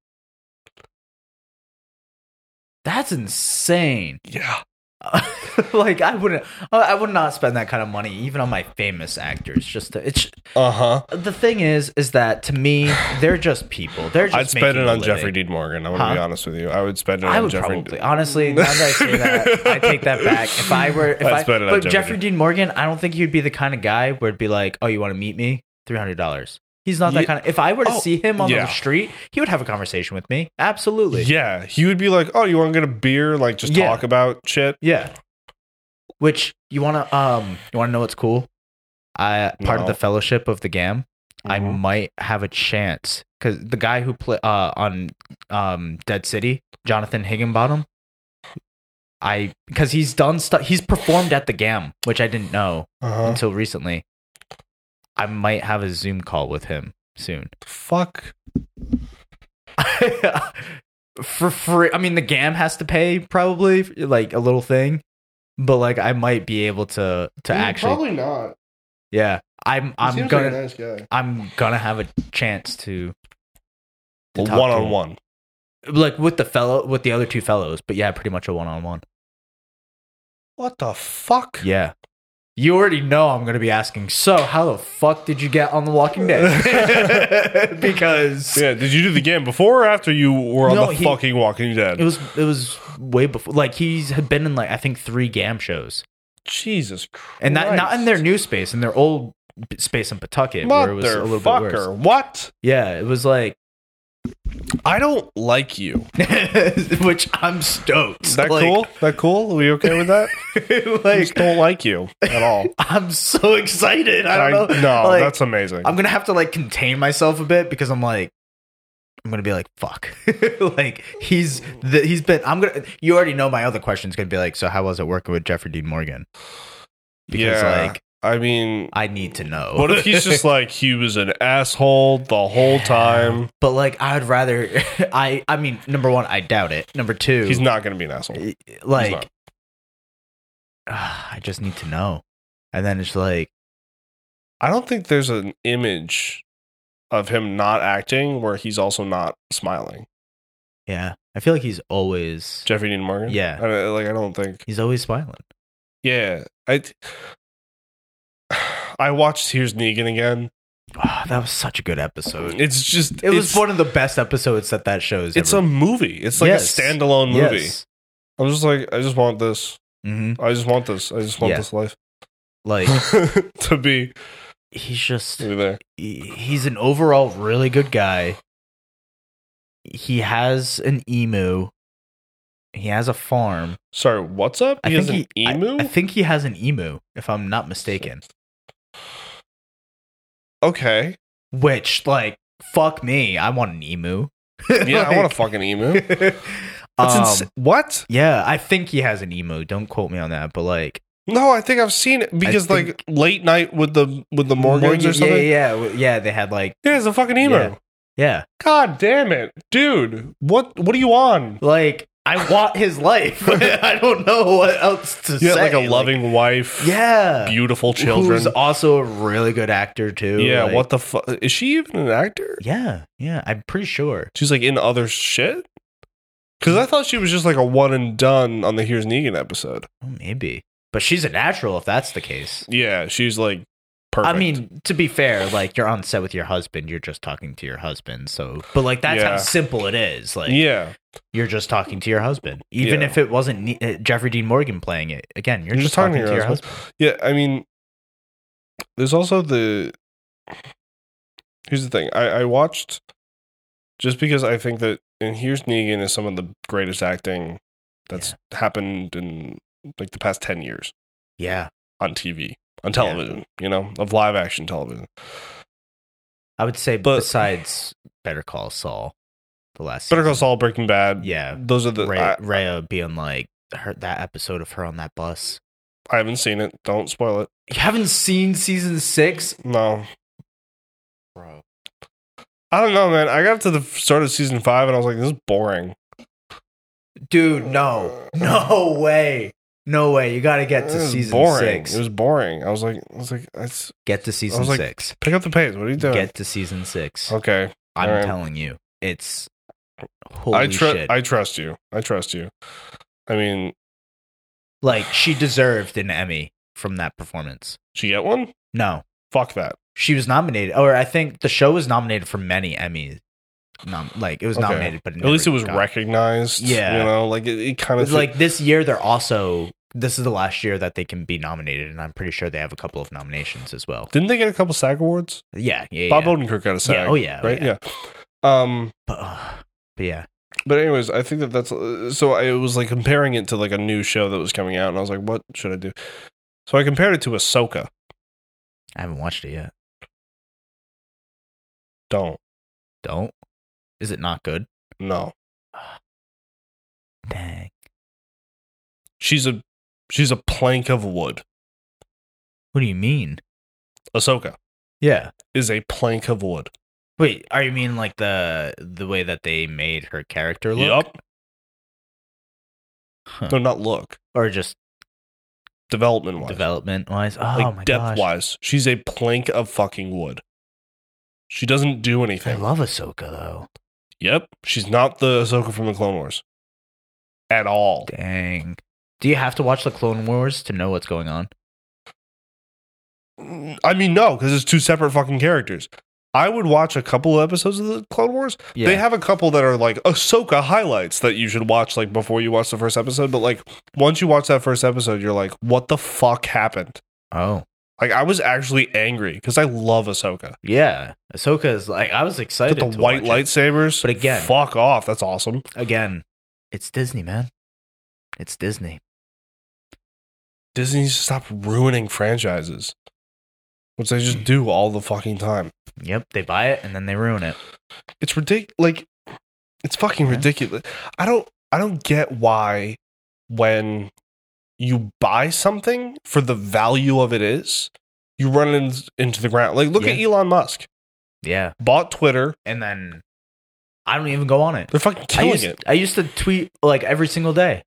S2: That's insane.
S1: Yeah.
S2: like I wouldn't, uh, I I would not spend that kind of money even on my famous actors. Just to, it's
S1: Uh huh.
S2: the thing is, is that to me they're just people. They're just.
S1: I'd spend
S2: making
S1: it
S2: a
S1: on
S2: living.
S1: Jeffrey Dean Morgan. I'm gonna be
S2: Huh?
S1: honest with you. I would spend it
S2: I
S1: on
S2: would
S1: Jeffrey.
S2: probably honestly. Now that I say that, I take that back. If I were, if
S1: I'd
S2: I,
S1: spend it on
S2: but
S1: Jeffrey
S2: Jeffrey Dean Morgan, I don't think he'd be the kind of guy where it'd be like, "Oh, you want to meet me? Three hundred dollars." He's not that
S1: Ye-
S2: kind of. If I were to
S1: Oh,
S2: see him on
S1: yeah.
S2: the street, he would have a conversation with me. Absolutely.
S1: Yeah, he would be like, "Oh, you want to get a beer? Like, just
S2: Yeah.
S1: talk about shit."
S2: Yeah. Which you wanna um you wanna know what's cool? I part of
S1: No.
S2: the fellowship of the gam. I
S1: Mhm.
S2: might have a chance because the guy who play uh on um Dead City, Jonathan Higginbottom. I because he's done stuff. He's performed at the gam, which I didn't know
S1: Uh-huh.
S2: until recently. I might have a Zoom call with him soon.
S1: Fuck.
S2: for free. I mean, the gam has to pay probably like a little thing, but like I might be able to to
S1: Mm,
S2: actually.
S1: not.
S2: Yeah, I'm I'm gonna
S1: nice guy.
S2: I'm gonna have a chance to. to talk to
S1: One on one.
S2: him. like with the fellow with the other two fellows, but yeah, pretty much a one on one.
S1: What the fuck?
S2: Yeah. You already know I'm gonna be asking. So, how the fuck did you get on The Walking Dead? because
S1: Yeah, did you do the game before or after you were on
S2: No,
S1: the
S2: he-
S1: fucking Walking Dead?
S2: it was it was way before. Like he's had been in like I think three Gam shows.
S1: Jesus Christ.
S2: and not, not in their new space, in their old b- space in Pawtucket, where it was a little bit worse.
S1: Motherfucker. What?
S2: Yeah, it was like,
S1: I don't like you.
S2: which I'm stoked.
S1: Is that
S2: Like-
S1: cool? That cool? Are we okay with that? I
S2: like
S1: just don't like you at all.
S2: I'm so excited. I don't
S1: I-
S2: know.
S1: No,
S2: Like,
S1: that's amazing.
S2: I'm gonna have to like contain myself a bit because I'm like. I'm gonna be like fuck, like he's the, he's been. I'm gonna. You already know my other question's gonna be like. So how was it working with Jeffrey Dean Morgan? Because
S1: yeah.
S2: like
S1: I mean,
S2: I need to know.
S1: what if he's just like he was an asshole the whole time?
S2: But like, I'd rather. I I mean, number one, I doubt it. Number two, eh,
S1: He's not going to be an asshole.
S2: like. ah, I just need to know, and then it's like,
S1: I don't think there's an image of him not acting where he's also not smiling.
S2: yeah, I feel like he's always
S1: Jeffrey Dean Morgan.
S2: Yeah.
S1: I don't- like I don't think.
S2: he's always smiling.
S1: Yeah, I. I watched Here's Negan again.
S2: Ah, that was such a good episode.
S1: It's just
S2: It was
S1: it's-
S2: one of the best episodes that that shows.
S1: It's a movie. It's like
S2: Yes.
S1: a standalone movie. I'm just like I just want this.
S2: hmm
S1: I just want this. I just want
S2: Yeah.
S1: this life
S2: Like
S1: to be
S2: he's just
S1: to be there.
S2: he- he's an overall really good guy. He has an emu. He has a farm.
S1: Sorry, what's up? He has an
S2: I-
S1: emu.
S2: I, think he has an emu, if I'm not mistaken.
S1: okay.
S2: Which, like, fuck me, I want an emu.
S1: Yeah, I want a fucking emu.
S2: to.
S1: That's ins-
S2: um,
S1: what?
S2: yeah, I think he has an emu. Don't quote me on that, but like
S1: No, I think I've seen it because like late night with the with the Morgans
S2: Morgan-
S1: or something. Yeah,
S2: Yeah, yeah, yeah, yeah. They had like
S1: it's a fucking emu.
S2: Yeah. yeah,
S1: God damn it, dude! What what are you on?
S2: like I want his life. I don't know what else to
S1: Yeah,
S2: say.
S1: like a loving wife.
S2: yeah,
S1: beautiful children.
S2: Who's also a really good actor too.
S1: yeah,
S2: like-
S1: what the fuck? Is she even an actor?
S2: Yeah, yeah, I'm pretty sure.
S1: She's like in other shit. Because I thought she was just like a one and done on the Here's Negan episode.
S2: Oh, maybe, but she's a natural if that's the case.
S1: Yeah, she's like perfect.
S2: I mean, to be fair, like you're on set with your husband, you're just talking to your husband. So, but like that's
S1: Yeah.
S2: how simple it is. Like
S1: yeah,
S2: you're just talking to your husband, even
S1: Yeah.
S2: if it wasn't ne- uh, Jeffrey Dean Morgan playing it. Again, you're,
S1: You're
S2: just talking, to your husband.
S1: yeah. I mean, there's also the. Here's the thing. I, I watched just because I think that and Here's Negan is some of the greatest acting that's happened in like the past ten years.
S2: Yeah,
S1: on TV, on
S2: Yeah.
S1: television, you know, of live action television.
S2: I would say
S1: But-
S2: besides Better Call Saul, the last
S1: Better Call
S2: season,
S1: Saul, Breaking Bad.
S2: Yeah.
S1: Those are the.
S2: Rhea,
S1: I,
S2: Rhea being like her that episode of her on that bus.
S1: I haven't seen it. Don't spoil it.
S2: You haven't seen season six,
S1: No.
S2: bro.
S1: I don't know, man. I got to the start of season five and I was like, this is boring.
S2: Dude, no, no way, no way. You got to get to
S1: This is
S2: season
S1: boring.
S2: six.
S1: It was boring. I was like, I was like, it's,
S2: Get to season
S1: like,
S2: six.
S1: pick up the pace. What are you doing?
S2: Get to season six.
S1: okay.
S2: I'm
S1: alright.
S2: telling you, it's holy
S1: I trust.
S2: shit.
S1: I trust you. I trust you. I mean,
S2: Like she deserved an Emmy from that performance.
S1: She get one?
S2: No,
S1: Fuck that.
S2: she was nominated, or I think the show was nominated for many Emmys. Nom- like it was
S1: Okay.
S2: nominated, but
S1: At least it was
S2: recognized.
S1: recognized.
S2: Yeah.
S1: You know, like it, it kind of
S2: It's like this year they're also this is the last year that they can be nominated, and I'm pretty sure they have a couple of nominations as well.
S1: Didn't they get a couple SAG awards?
S2: Yeah, yeah,
S1: Bob
S2: yeah.
S1: Odenkirk got a SAG.
S2: oh yeah, oh
S1: Right.
S2: yeah.
S1: Yeah. Um.
S2: But, uh, but yeah,
S1: But anyways, I think that that's uh, so. I was like comparing it to like a new show that was coming out, and I was like, what should I do? So I compared it to Ahsoka.
S2: I haven't watched it yet.
S1: Don't
S2: Don't. Is it not good?
S1: no.
S2: Dang.
S1: She's a she's a plank of wood.
S2: What do you mean?
S1: Ahsoka
S2: Yeah.
S1: is a plank of wood.
S2: Wait, are you mean like the the way that they made her character look?
S1: Yup.
S2: Huh.
S1: No, not look.
S2: Or just
S1: Development wise,
S2: development wise? Oh my
S1: like depth
S2: gosh.
S1: wise, she's a plank of fucking wood. She doesn't do
S2: I
S1: anything.
S2: love Ahsoka though.
S1: Yep, she's not the Ahsoka from the Clone Wars at all.
S2: Dang. Do you have to watch the Clone Wars to know what's going on?
S1: I mean, no, because it's two separate fucking characters. I would watch a couple of episodes of the Clone Wars.
S2: Yeah.
S1: They have a couple that are like Ahsoka highlights that you should watch like before you watch the first episode. But like once you watch that first episode, you're like, what the fuck happened?
S2: oh.
S1: Like I was actually angry because I love Ahsoka.
S2: Yeah, Ahsoka is like I was excited.
S1: Get the
S2: to
S1: white
S2: watch it.
S1: lightsabers.
S2: But again-
S1: fuck off. That's awesome.
S2: again. It's Disney, man. It's Disney.
S1: Disney needs to stop ruining franchises, which they
S2: Mm.
S1: just do all the fucking time.
S2: Yep, they buy it and then they ruin it.
S1: it's ridiculous like it's fucking
S2: Yeah.
S1: ridiculous i don't i don't get why when you buy something for the value of it is you run in, into the ground like look at elon musk
S2: Yeah,
S1: bought twitter
S2: and then I don't even go on it.
S1: they're fucking
S2: I
S1: killing
S2: used,
S1: it
S2: I used to tweet like every single day.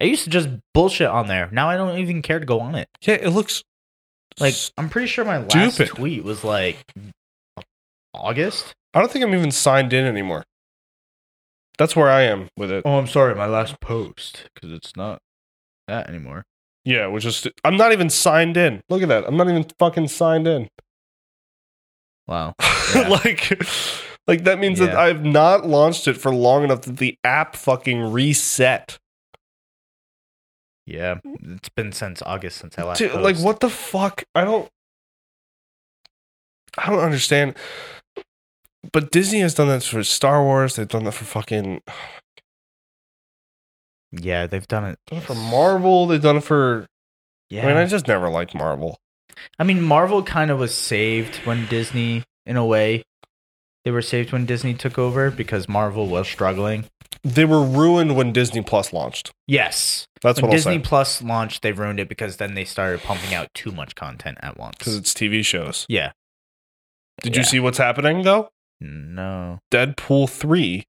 S2: I used to just bullshit on there. Now I don't even care to go on it.
S1: yeah it looks
S2: Like
S1: s-
S2: I'm pretty sure my last
S1: Stupid.
S2: tweet was like August.
S1: i don't think i'm even signed in anymore that's where i am with it
S2: Oh, I'm sorry, my last post because it's not that anymore.
S1: yeah which is i'm not even signed in look at that i'm not even fucking signed in
S2: Wow. Yeah.
S1: like like that means that
S2: Yeah.
S1: I've not launched it for long enough that the app fucking reset.
S2: Yeah, it's been since August since I last.
S1: Dude, like
S2: posted.
S1: what the fuck? I don't I don't understand. But Disney has done that for Star Wars, they've done that for fucking
S2: Yeah, they've done it.
S1: done it for Marvel, they've done it for
S2: Yeah.
S1: I mean I just never liked Marvel.
S2: Marvel kind of was saved when Disney, in a way, they were saved when Disney took over because Marvel was struggling.
S1: They were ruined when Disney Plus launched.
S2: Yes.
S1: That's
S2: when
S1: what
S2: Disney
S1: I'll say.
S2: Plus launched, they ruined it because then they started pumping out too much content at once.
S1: Because it's TV shows.
S2: yeah.
S1: Did you
S2: Yeah.
S1: see what's happening though?
S2: No.
S1: Deadpool 3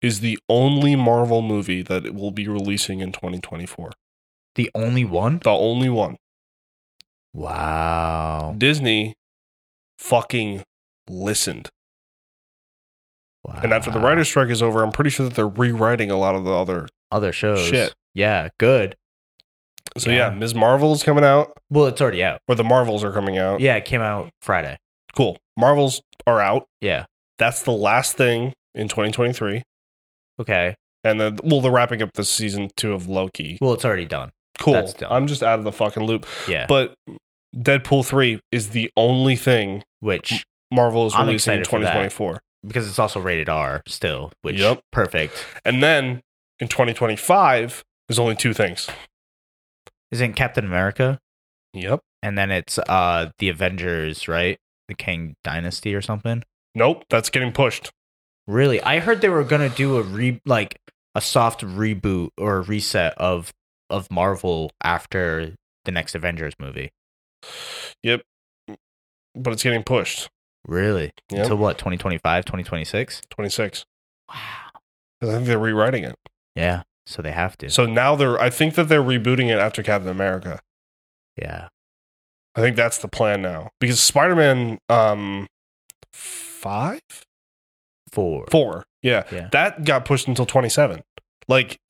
S1: is the only Marvel movie that it will be releasing in 2024.
S2: The only one?
S1: The only one.
S2: Wow.
S1: Disney fucking listened.
S2: wow.
S1: And after the writer's strike is over, I'm pretty sure that they're rewriting a lot of the other.
S2: other shows.
S1: Shit.
S2: Yeah, good.
S1: So yeah,
S2: Yeah.
S1: Ms. Marvel's coming out,
S2: Well, it's already out.
S1: or the Marvels are coming out.
S2: Yeah, it came out Friday.
S1: Cool. Marvels are out.
S2: Yeah.
S1: That's the last thing in 2023.
S2: Okay.
S1: And then, well, they're wrapping up the season two of Loki.
S2: Well, it's already done.
S1: Cool.
S2: That's done.
S1: I'm just out of the fucking loop.
S2: Yeah.
S1: But Deadpool 3 is the only thing
S2: Which
S1: Marvel is
S2: I'm
S1: releasing in
S2: excited for that.
S1: 2024.
S2: because it's also rated R still, which
S1: Yep.
S2: perfect.
S1: And then in 2025, there's only two things.
S2: Isn't Captain America?
S1: Yep.
S2: And then it's uh the Avengers, right? The Kang Dynasty or something.
S1: Nope, that's getting pushed.
S2: Really? I heard they were gonna do a re like a soft reboot or a reset of of Marvel after the next Avengers movie.
S1: Yep. But it's getting pushed.
S2: Really?
S1: Yep.
S2: Until what, 2025, 2026?
S1: 26.
S2: Wow.
S1: 'Cause I think they're rewriting it.
S2: Yeah. So they have to.
S1: So now they're, I think that they're rebooting it after Captain America.
S2: yeah.
S1: I think that's the plan now. Because Spider Man um, 5?
S2: Four.
S1: 4. Yeah.
S2: Yeah.
S1: That got pushed until 27. Like,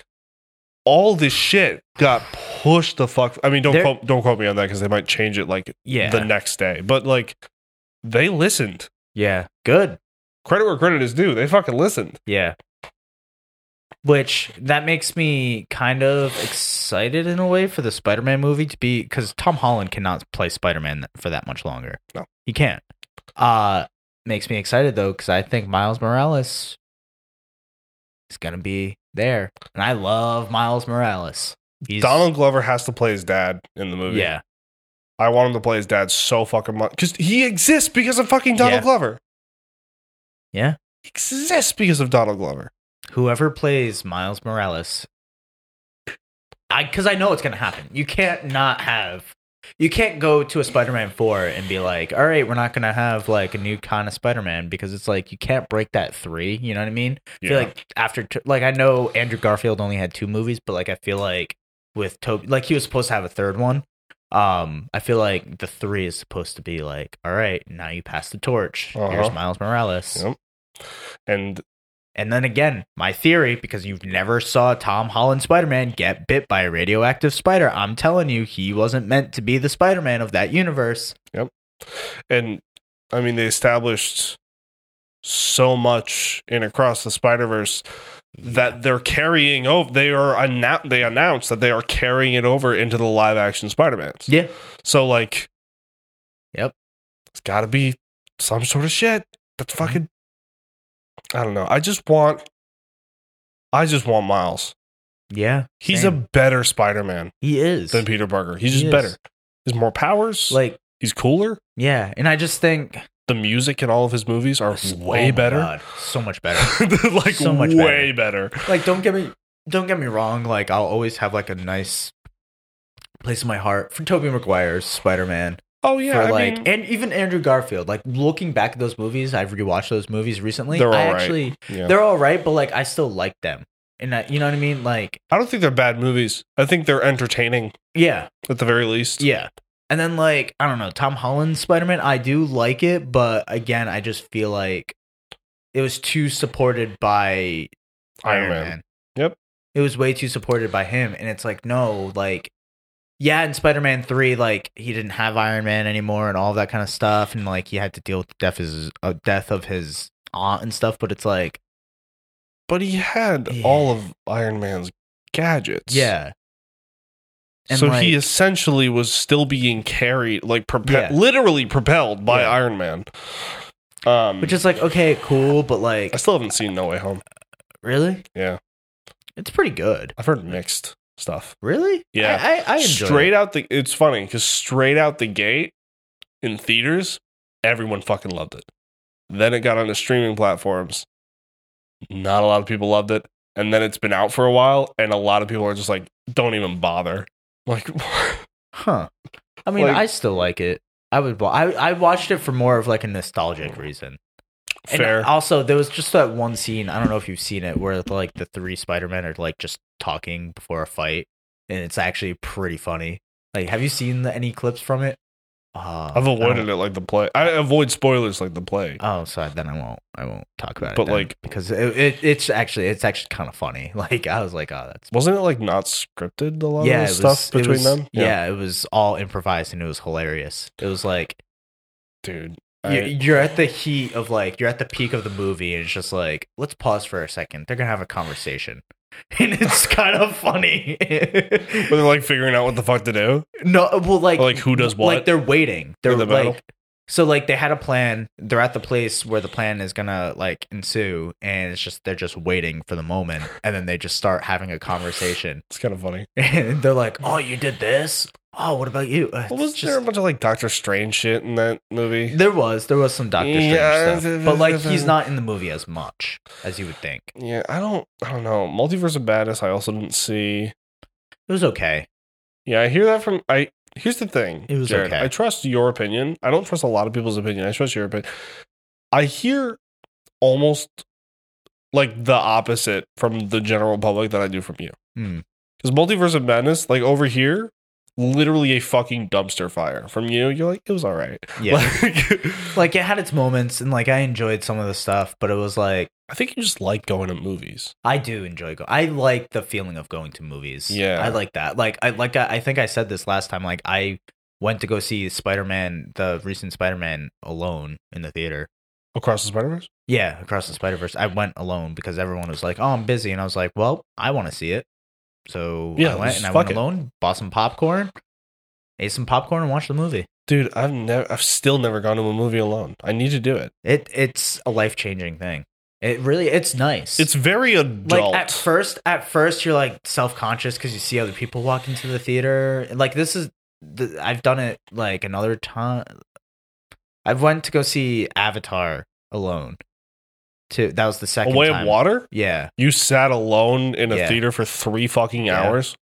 S1: all this shit got pushed the fuck. I mean, don't
S2: There-
S1: quote, don't quote me on that because they might change it like
S2: Yeah.
S1: the next day. But like, they listened.
S2: yeah. Good.
S1: Credit where credit is due. They fucking listened.
S2: Yeah. Which that makes me kind of excited in a way for the Spider-Man movie to be because Tom Holland cannot play Spider-Man for that much longer.
S1: No.
S2: he can't. Uh makes me excited though because I think Miles Morales is gonna be there, and I love Miles Morales. He's,
S1: Donald Glover has to play his dad in the movie.
S2: yeah,
S1: I want him to play his dad so fucking much because he exists because of fucking Donald
S2: Yeah.
S1: Glover.
S2: Yeah.
S1: He exists because of Donald Glover.
S2: whoever plays Miles Morales, I because I know it's gonna happen. You can't not have. You can't go to a Spider-Man four and be like, "All right, we're not gonna have like a new kind of Spider-Man," because it's like you can't break that three. You know what I mean? I feel like after t- like I know Andrew Garfield only had two movies, but like I feel like with Toby, like he was supposed to have a third one. Um, I feel like the three is supposed to be like, "All right, now you pass the torch. Here's
S1: Uh-huh.
S2: Miles Morales."
S1: Yep. and
S2: And then again, my theory, because you've never saw Tom Holland Spider Man get bit by a radioactive spider, I'm telling you, he wasn't meant to be the Spider Man of that universe.
S1: and I mean they established so much in across the Spider Verse that they're carrying over. They are annou- they announced that they are carrying it over into the live action Spider Mans.
S2: Yeah.
S1: So like,
S2: Yep.
S1: it's got to be some sort of shit. That's
S2: Mm-hmm.
S1: fucking. I don't know. I just want. I just want Miles.
S2: Yeah.
S1: He's
S2: Same.
S1: a better Spider Man
S2: He is.
S1: than Peter Parker. He's
S2: He
S1: just
S2: is.
S1: better. He's more powers.
S2: Like,
S1: he's cooler.
S2: yeah. And I just think
S1: The music in all of his movies are
S2: Oh
S1: way
S2: my
S1: better.
S2: God, so much better.
S1: like
S2: So much
S1: way better.
S2: like don't get me don't get me wrong like i'll always have like a nice place in my heart for toby maguire's spider-man
S1: Oh yeah,
S2: for
S1: I
S2: like
S1: mean,
S2: and even andrew garfield like looking back at those movies i've rewatched those movies recently
S1: They're
S2: i
S1: all right.
S2: actually
S1: yeah.
S2: they're all right but like i still like them and I, you know what i mean like
S1: I don't think they're bad movies. I think they're entertaining
S2: yeah
S1: at the very least.
S2: yeah and then like i don't know tom holland's spider-man i do like it but again i just feel like it was too supported by Iron Man.
S1: Yep.
S2: It was way too supported by him. And it's like, no, like, yeah, in Spider Man 3, like, he didn't have Iron Man anymore and all that kind of stuff. And, like, he had to deal with the death, is, uh, death of his aunt and stuff. But it's like,
S1: But he had
S2: Yeah.
S1: all of Iron Man's gadgets.
S2: yeah. And,
S1: so
S2: like-
S1: he essentially was still being carried, like prope-
S2: Yeah.
S1: literally propelled by
S2: Yeah.
S1: Iron Man. Um,
S2: Which is like, okay, cool. But, like,
S1: I still haven't seen No Way Home.
S2: really?
S1: Yeah.
S2: It's pretty good.
S1: I've heard mixed stuff.
S2: Really?
S1: Yeah.
S2: I, I, I enjoy
S1: straight
S2: it.
S1: out the, it's funny because straight out the gate in theaters, everyone fucking loved it. Then it got onto streaming platforms. Not a lot of people loved it, and then it's been out for a while, and a lot of people are just like, "Don't even bother." Like,
S2: Huh. I mean,
S1: Like-
S2: I still like it. I would, wa- I, I watched it for more of like a nostalgic reason.
S1: fair.
S2: And also, there was just that one scene. I don't know if you've seen it, where like the three Spider Men are like just talking before a fight, and it's actually pretty funny. Like, have you seen the, any clips from it? Uh,
S1: I've
S2: I
S1: avoided
S2: don't-
S1: it like the plague. I avoid spoilers like the plague.
S2: Oh, sorry. Then I won't. I won't talk about it.
S1: But,
S2: then,
S1: like-
S2: because it, it, it's actually it's actually kind of funny. Like, I was like, oh, that's
S1: Wasn't it like not scripted a lot
S2: yeah.
S1: of
S2: it
S1: the stuff
S2: was- it
S1: between
S2: was-
S1: them?
S2: Yeah. it was all improvised and it was hilarious. It was like
S1: dude. I-
S2: you're, you're at the heat of like you're at the peak of the movie and it's just like let's pause for a second they're gonna have a conversation and it's kind of funny
S1: but they're like figuring out what the fuck to do.
S2: no well like
S1: Like, who does
S2: like
S1: what?
S2: they're waiting they're
S1: In the battle?
S2: like so like they had a plan they're at the place where the plan is gonna like ensue and it's just they're just waiting for the moment and then they just start having a conversation
S1: It's kind of funny.
S2: and they're like oh you did this oh what about you Uh,
S1: Well,
S2: it's
S1: was there a bunch of like Doctor Strange shit in that movie?
S2: There was there was some Doctor
S1: Yeah,
S2: Strange stuff,
S1: it's-
S2: but like he's not in the movie as much as you would think.
S1: Yeah, I don't. I don't know. Multiverse of Badness. I also didn't see.
S2: It was okay.
S1: Yeah, I hear that from. I here's the thing.
S2: It was okay.
S1: I trust your opinion. I don't trust a lot of people's opinion. I trust your opinion. I hear almost like the opposite from the general public that I do from you.
S2: Hmm.
S1: Because Multiverse of Madness, like over here, literally a fucking dumpster fire. From you, you're like, it was all right.
S2: Yeah,
S1: Like,
S2: like it had its moments, and like I enjoyed some of the stuff, but it was like
S1: I think you just like going to movies.
S2: I do enjoy go. I like the feeling of going to movies.
S1: Yeah.
S2: I like that. Like I like I, I think I said this last time. Like I went to go see Spider Man, the recent Spider Man, alone in the theater.
S1: Across the Spider Verse.
S2: Yeah, across the Spider Verse. I went alone because everyone was like, "Oh, I'm busy," and I was like, "Well, I want to see it." So
S1: Yeah,
S2: I went
S1: just
S2: and I went
S1: fuck it.
S2: alone, bought some popcorn, ate some popcorn, and watched the movie.
S1: Dude, I've never, I've still never gone to a movie alone. I need to do it.
S2: It it's a life changing thing. It really it's nice.
S1: It's very adult.
S2: like at first at first you're like self-conscious because you see other people walk into the theater like this is the, i've done it like another time i've went to go see avatar alone to that was the
S1: a
S2: second
S1: way
S2: time.
S1: of water.
S2: yeah
S1: You sat alone in a
S2: Yeah.
S1: theater for three fucking
S2: Yeah.
S1: hours.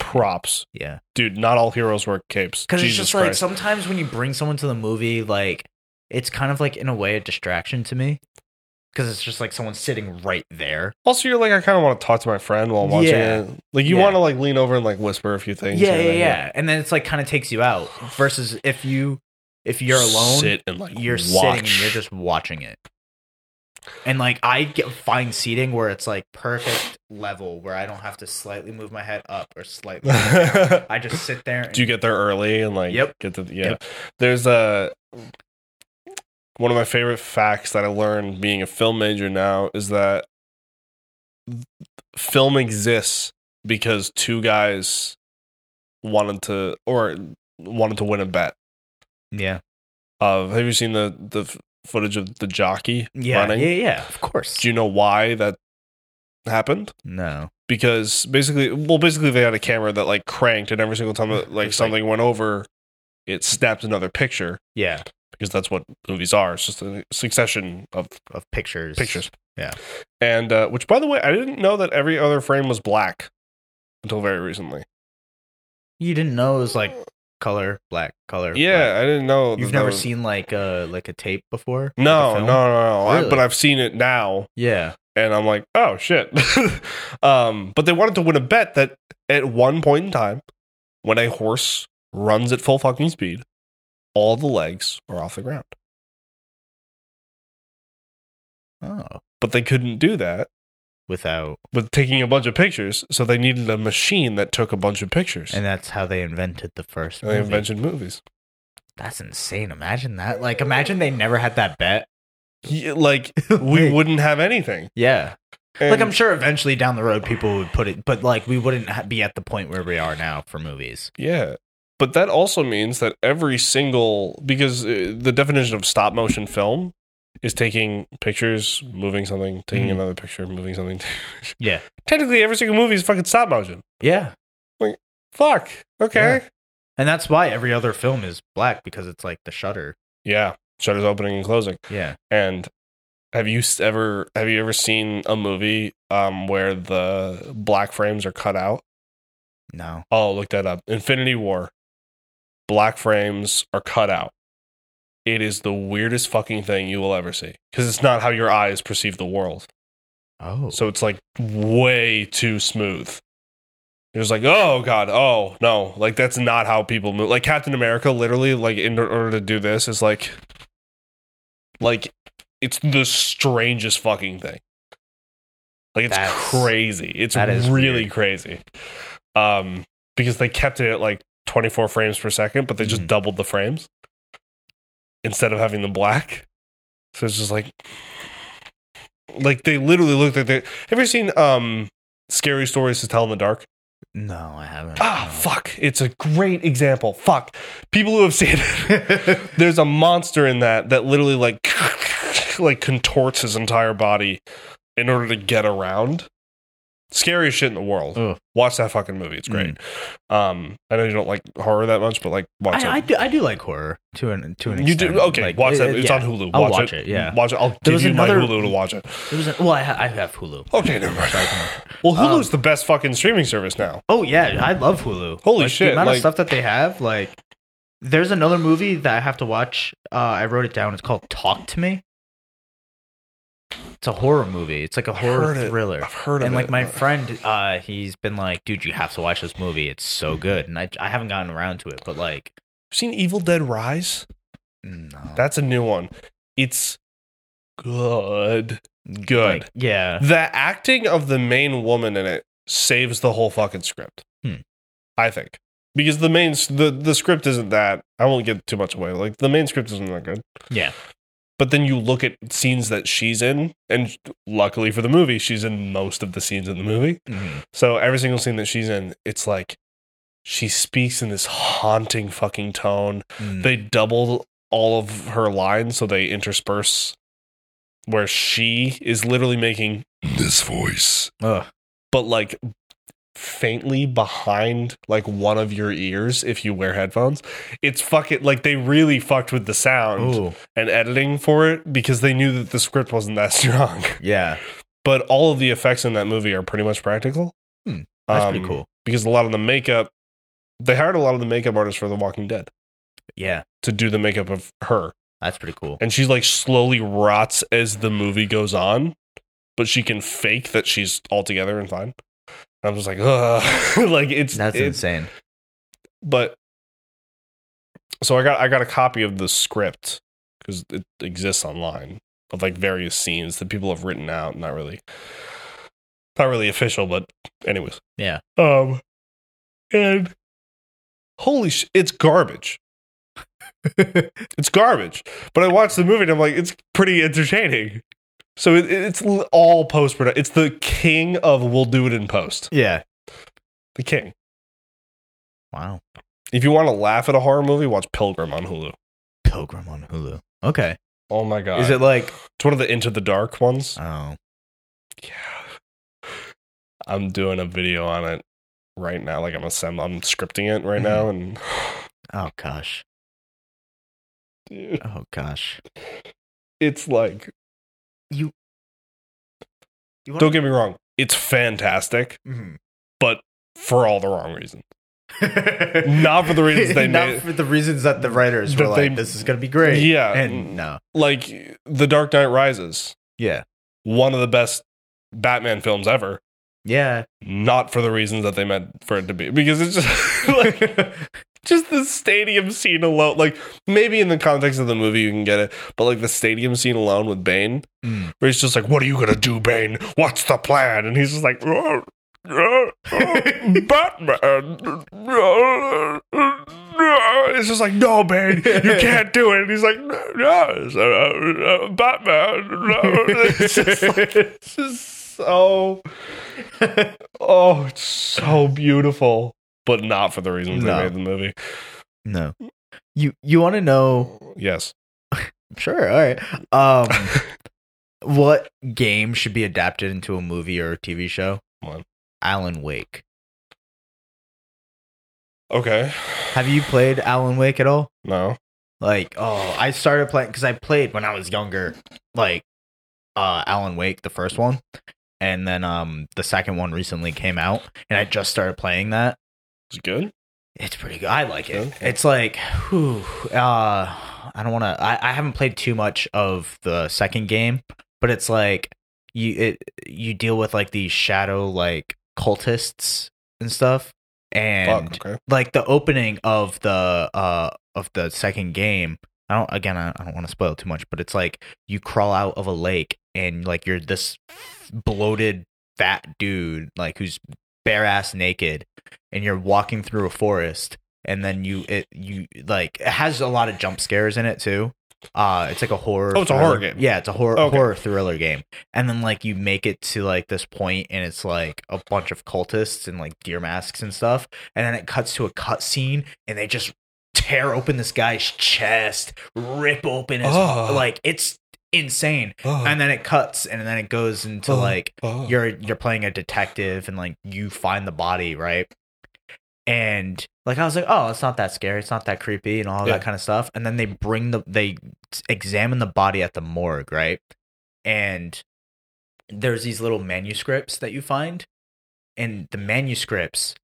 S1: Props,
S2: yeah
S1: dude. Not all heroes wear capes.
S2: because it's
S1: Jesus
S2: just like
S1: Christ.
S2: sometimes when you bring someone to the movie like it's kind of like in a way a distraction to me because it's just like someone sitting right there
S1: Also, you're like, I kind of want to talk to my friend while I'm watching
S2: Yeah.
S1: it. Like, you
S2: Yeah.
S1: want to like lean over and like whisper a few things.
S2: yeah
S1: and
S2: yeah
S1: then, like,
S2: yeah and then it's like kind of takes you out versus if you if you're alone
S1: Sit and like
S2: you're sitting and you're just watching it. And like I get find seating where it's like perfect level where I don't have to slightly move my head up or slightly.
S1: just.
S2: I just sit there. And,
S1: Do you get there early and like
S2: Yep.
S1: get the yeah?
S2: Yep.
S1: There's a one of my favorite facts that I learned being a film major now is that film exists because two guys wanted to or wanted to win a bet.
S2: yeah,
S1: Of have you seen the the f- footage of the jockey
S2: yeah,
S1: running?
S2: yeah, yeah. Of course.
S1: Do you know why that happened?
S2: no.
S1: Because basically, well, basically they had a camera that like cranked, and every single time that like
S2: It's like-
S1: something went over, it snapped another picture
S2: Yeah,
S1: because that's what movies are. It's just a succession of
S2: of pictures.
S1: pictures.
S2: Yeah.
S1: and uh, which, by the way, I didn't know that every other frame was black until very recently.
S2: You didn't know it was like color black color.
S1: Yeah, I didn't know.
S2: black. You've
S1: that that
S2: never
S1: was-
S2: seen like uh like a tape before. Like a
S1: No, no,
S2: film?
S1: no, no. I-
S2: Really?
S1: but I've seen it now.
S2: Yeah.
S1: and I'm like, oh shit. um, but they wanted to win a bet that at one point in time, when a horse runs at full fucking speed, all the legs are off the ground.
S2: Oh.
S1: But they couldn't do that
S2: Without,
S1: with taking a bunch of pictures, so they needed a machine that took a bunch of pictures.
S2: and that's how they invented the first.
S1: And they
S2: movie.
S1: invented movies.
S2: That's insane. Imagine that. Like, imagine they never had that bet.
S1: Yeah, like we
S2: Like-
S1: wouldn't have anything.
S2: Yeah. like,
S1: And-
S2: I'm sure eventually down the road people would put it, but like, we wouldn't ha- be at the point where we are now for movies.
S1: Yeah. But that also means that every single because uh, the definition of stop motion film is taking pictures, moving something, taking
S2: Mhm.
S1: another picture, moving something.
S2: Yeah.
S1: Technically, every single movie is fucking stop motion.
S2: Yeah.
S1: Fuck. Okay.
S2: And that's why every other film is black because it's like the shutter.
S1: Yeah. Shutters opening and closing.
S2: Yeah.
S1: And have you s- ever have you ever seen a movie um, where the black frames are cut out?
S2: No.
S1: Oh, look that up. Infinity War. Black frames are cut out. It is the weirdest fucking thing you will ever see because it's not how your eyes perceive the world.
S2: Oh.
S1: So it's like way too smooth. You're just like, oh god, oh no, like that's not how people move. Like Captain America, literally, like in order to do this, is like, like it's the strangest fucking thing. Like it's
S2: That's-
S1: crazy. It's
S2: that is
S1: really
S2: weird.
S1: crazy. Um, because they kept it at like 24 frames per second, but they just
S2: Mhm.
S1: doubled the frames instead of having the black. So it's just like, like they literally looked like they. Have you seen um scary stories to tell in the dark?
S2: No, I haven't.
S1: Ah,
S2: No.
S1: fuck! It's a great example. Fuck people who have seen it. There's a monster in that that literally like like contorts his entire body in order to get around. Scariest shit in the world.
S2: Ugh. Mm.
S1: Watch that fucking movie. It's great. Um, I know you don't like horror that much, but like watch
S2: I, I
S1: it.
S2: do, I do like horror to an, to an
S1: you
S2: extent.
S1: do okay.
S2: Like,
S1: watch that.
S2: it-
S1: It's
S2: yeah.
S1: on Hulu. Watch,
S2: I'll watch it, yeah.
S1: watch it. I'll
S2: There
S1: give
S2: was
S1: you
S2: another-
S1: my Hulu to watch it.
S2: There was a, well, I, ha- I have Hulu.
S1: Okay, never
S2: So I
S1: mind.
S2: can-
S1: Well,
S2: Um,
S1: Hulu's the best fucking streaming service now.
S2: Oh yeah, I love Hulu.
S1: Holy
S2: Like,
S1: shit,
S2: The amount
S1: like-
S2: of stuff that they have, like, there's another movie that I have to watch. Uh, I wrote it down. It's called Talk to Me. It's a horror movie. It's like a horror
S1: heard it.
S2: thriller.
S1: I've heard of
S2: And
S1: it.
S2: like my friend, uh, he's been like, "Dude, you have to watch this movie. It's so good." And I, I haven't gotten around to it, but like, mm,
S1: seen Evil Dead Rise.
S2: no.
S1: That's a new one. It's good. good.
S2: Like, uh, yeah.
S1: the acting of the main woman in it saves the whole fucking script.
S2: Hmm.
S1: I think because the main s- the the script isn't that. I won't give too much away. Like the main script isn't that good.
S2: Yeah.
S1: But then you look at scenes that she's in, and luckily for the movie, she's in most of the scenes in the movie.
S2: Mhm.
S1: So every single scene that she's in, it's like she speaks in this haunting fucking tone.
S2: Mm.
S1: They double all of her lines, so they intersperse where she is literally making this voice,
S2: Ugh.
S1: but like faintly behind like one of your ears if you wear headphones. It's fucking like they really fucked with the sound
S2: Ooh.
S1: and editing for it because they knew that the script wasn't that strong.
S2: Yeah.
S1: But all of the effects in that movie are pretty much practical.
S2: Hmm, That's pretty
S1: Um,
S2: cool.
S1: because a lot of the makeup they hired a lot of the makeup artists for The Walking Dead
S2: Yeah.
S1: to do the makeup of her.
S2: That's pretty cool.
S1: And she's like slowly rots as the movie goes on, but she can fake that she's all together and fine. I'm just like, ugh. like it's
S2: That's
S1: it's
S2: insane.
S1: but so I got I got a copy of the script because it exists online of like various scenes that people have written out. Not really, not really official, but anyways.
S2: Yeah.
S1: Um, and holy sh, it's garbage. It's garbage. But I watched the movie and I'm like, it's pretty entertaining. So it, it's l- all post production. It's the king of we'll do it in post.
S2: yeah.
S1: The king.
S2: Wow.
S1: If you want to laugh at a horror movie, watch Pilgrim on Hulu.
S2: Pilgrim on Hulu. Okay.
S1: Oh my god!
S2: Is it like
S1: It's one of the Into the Dark ones.
S2: oh
S1: Yeah, I'm doing a video on it right now. Like I'm assemb- I'm scripting it right now, and
S2: oh gosh.
S1: dude,
S2: Oh gosh.
S1: it's like
S2: You Mm-hmm.
S1: don't get me wrong, it's fantastic, but for all the wrong reasons. Not for the reasons they
S2: Not
S1: made.
S2: for the reasons that the writers
S1: That
S2: were like,
S1: they-
S2: this is gonna be great.
S1: Yeah. Mm.
S2: And no.
S1: Like The Dark Knight Rises,
S2: Yeah.
S1: one of the best Batman films ever.
S2: Yeah.
S1: Not for the reasons that they meant for it to be, because it's just like just the stadium scene alone. Like maybe in the context of the movie you can get it, but like the stadium scene alone with Bane,
S2: Mm.
S1: where he's just like, "What are you gonna do, Bane? What's the plan?" And he's just like, "Oh, oh, oh, "Batman." Oh, oh." It's just like, "No, Bane, you can't do it." And he's like, "No, no it's, uh, uh, Batman." no." It's just like- it's just so. Oh, it's so beautiful, but not for the reasons
S2: No.
S1: they made the movie.
S2: no. You you wanna know
S1: Yes.
S2: Sure. All right. Um, what game should be adapted into a movie or a TV show?
S1: What?
S2: Alan Wake.
S1: Okay.
S2: Have you played Alan Wake at all?
S1: No.
S2: Like, oh, I started playing because I played when I was younger, like uh, Alan Wake, the first one, and then um, the second one recently came out, and I just started playing that,
S1: It's good.
S2: It's pretty good. I like it.
S1: Okay.
S2: It's like, whew, uh, I don't want to. I, I haven't played too much of the second game, but it's like you it you deal with like these shadow like cultists and stuff, and
S1: Fuck, okay.
S2: like the opening of the uh of the second game i don't again i, I don't want to spoil too much but it's like you crawl out of a lake and like you're this bloated fat dude like who's bare ass naked and you're walking through a forest and then you it you like it has a lot of jump scares in it too uh it's like a horror
S1: Oh, it's a horror game.
S2: yeah it's a horror
S1: Okay.
S2: horror thriller game and then like you make it to like this point and it's like a bunch of cultists and like deer masks and stuff and then it cuts to a cut scene and they just tear open this guy's chest rip open his
S1: Oh.
S2: like it's insane
S1: Ah,
S2: and then it cuts and then it goes into
S1: Oh.
S2: like you're you're playing a detective and like you find the body right and like i was like oh it's not that scary it's not that creepy and all
S1: Yeah.
S2: that kind of stuff and then they bring the they examine the body at the morgue right and there's these little manuscripts that you find and the manuscripts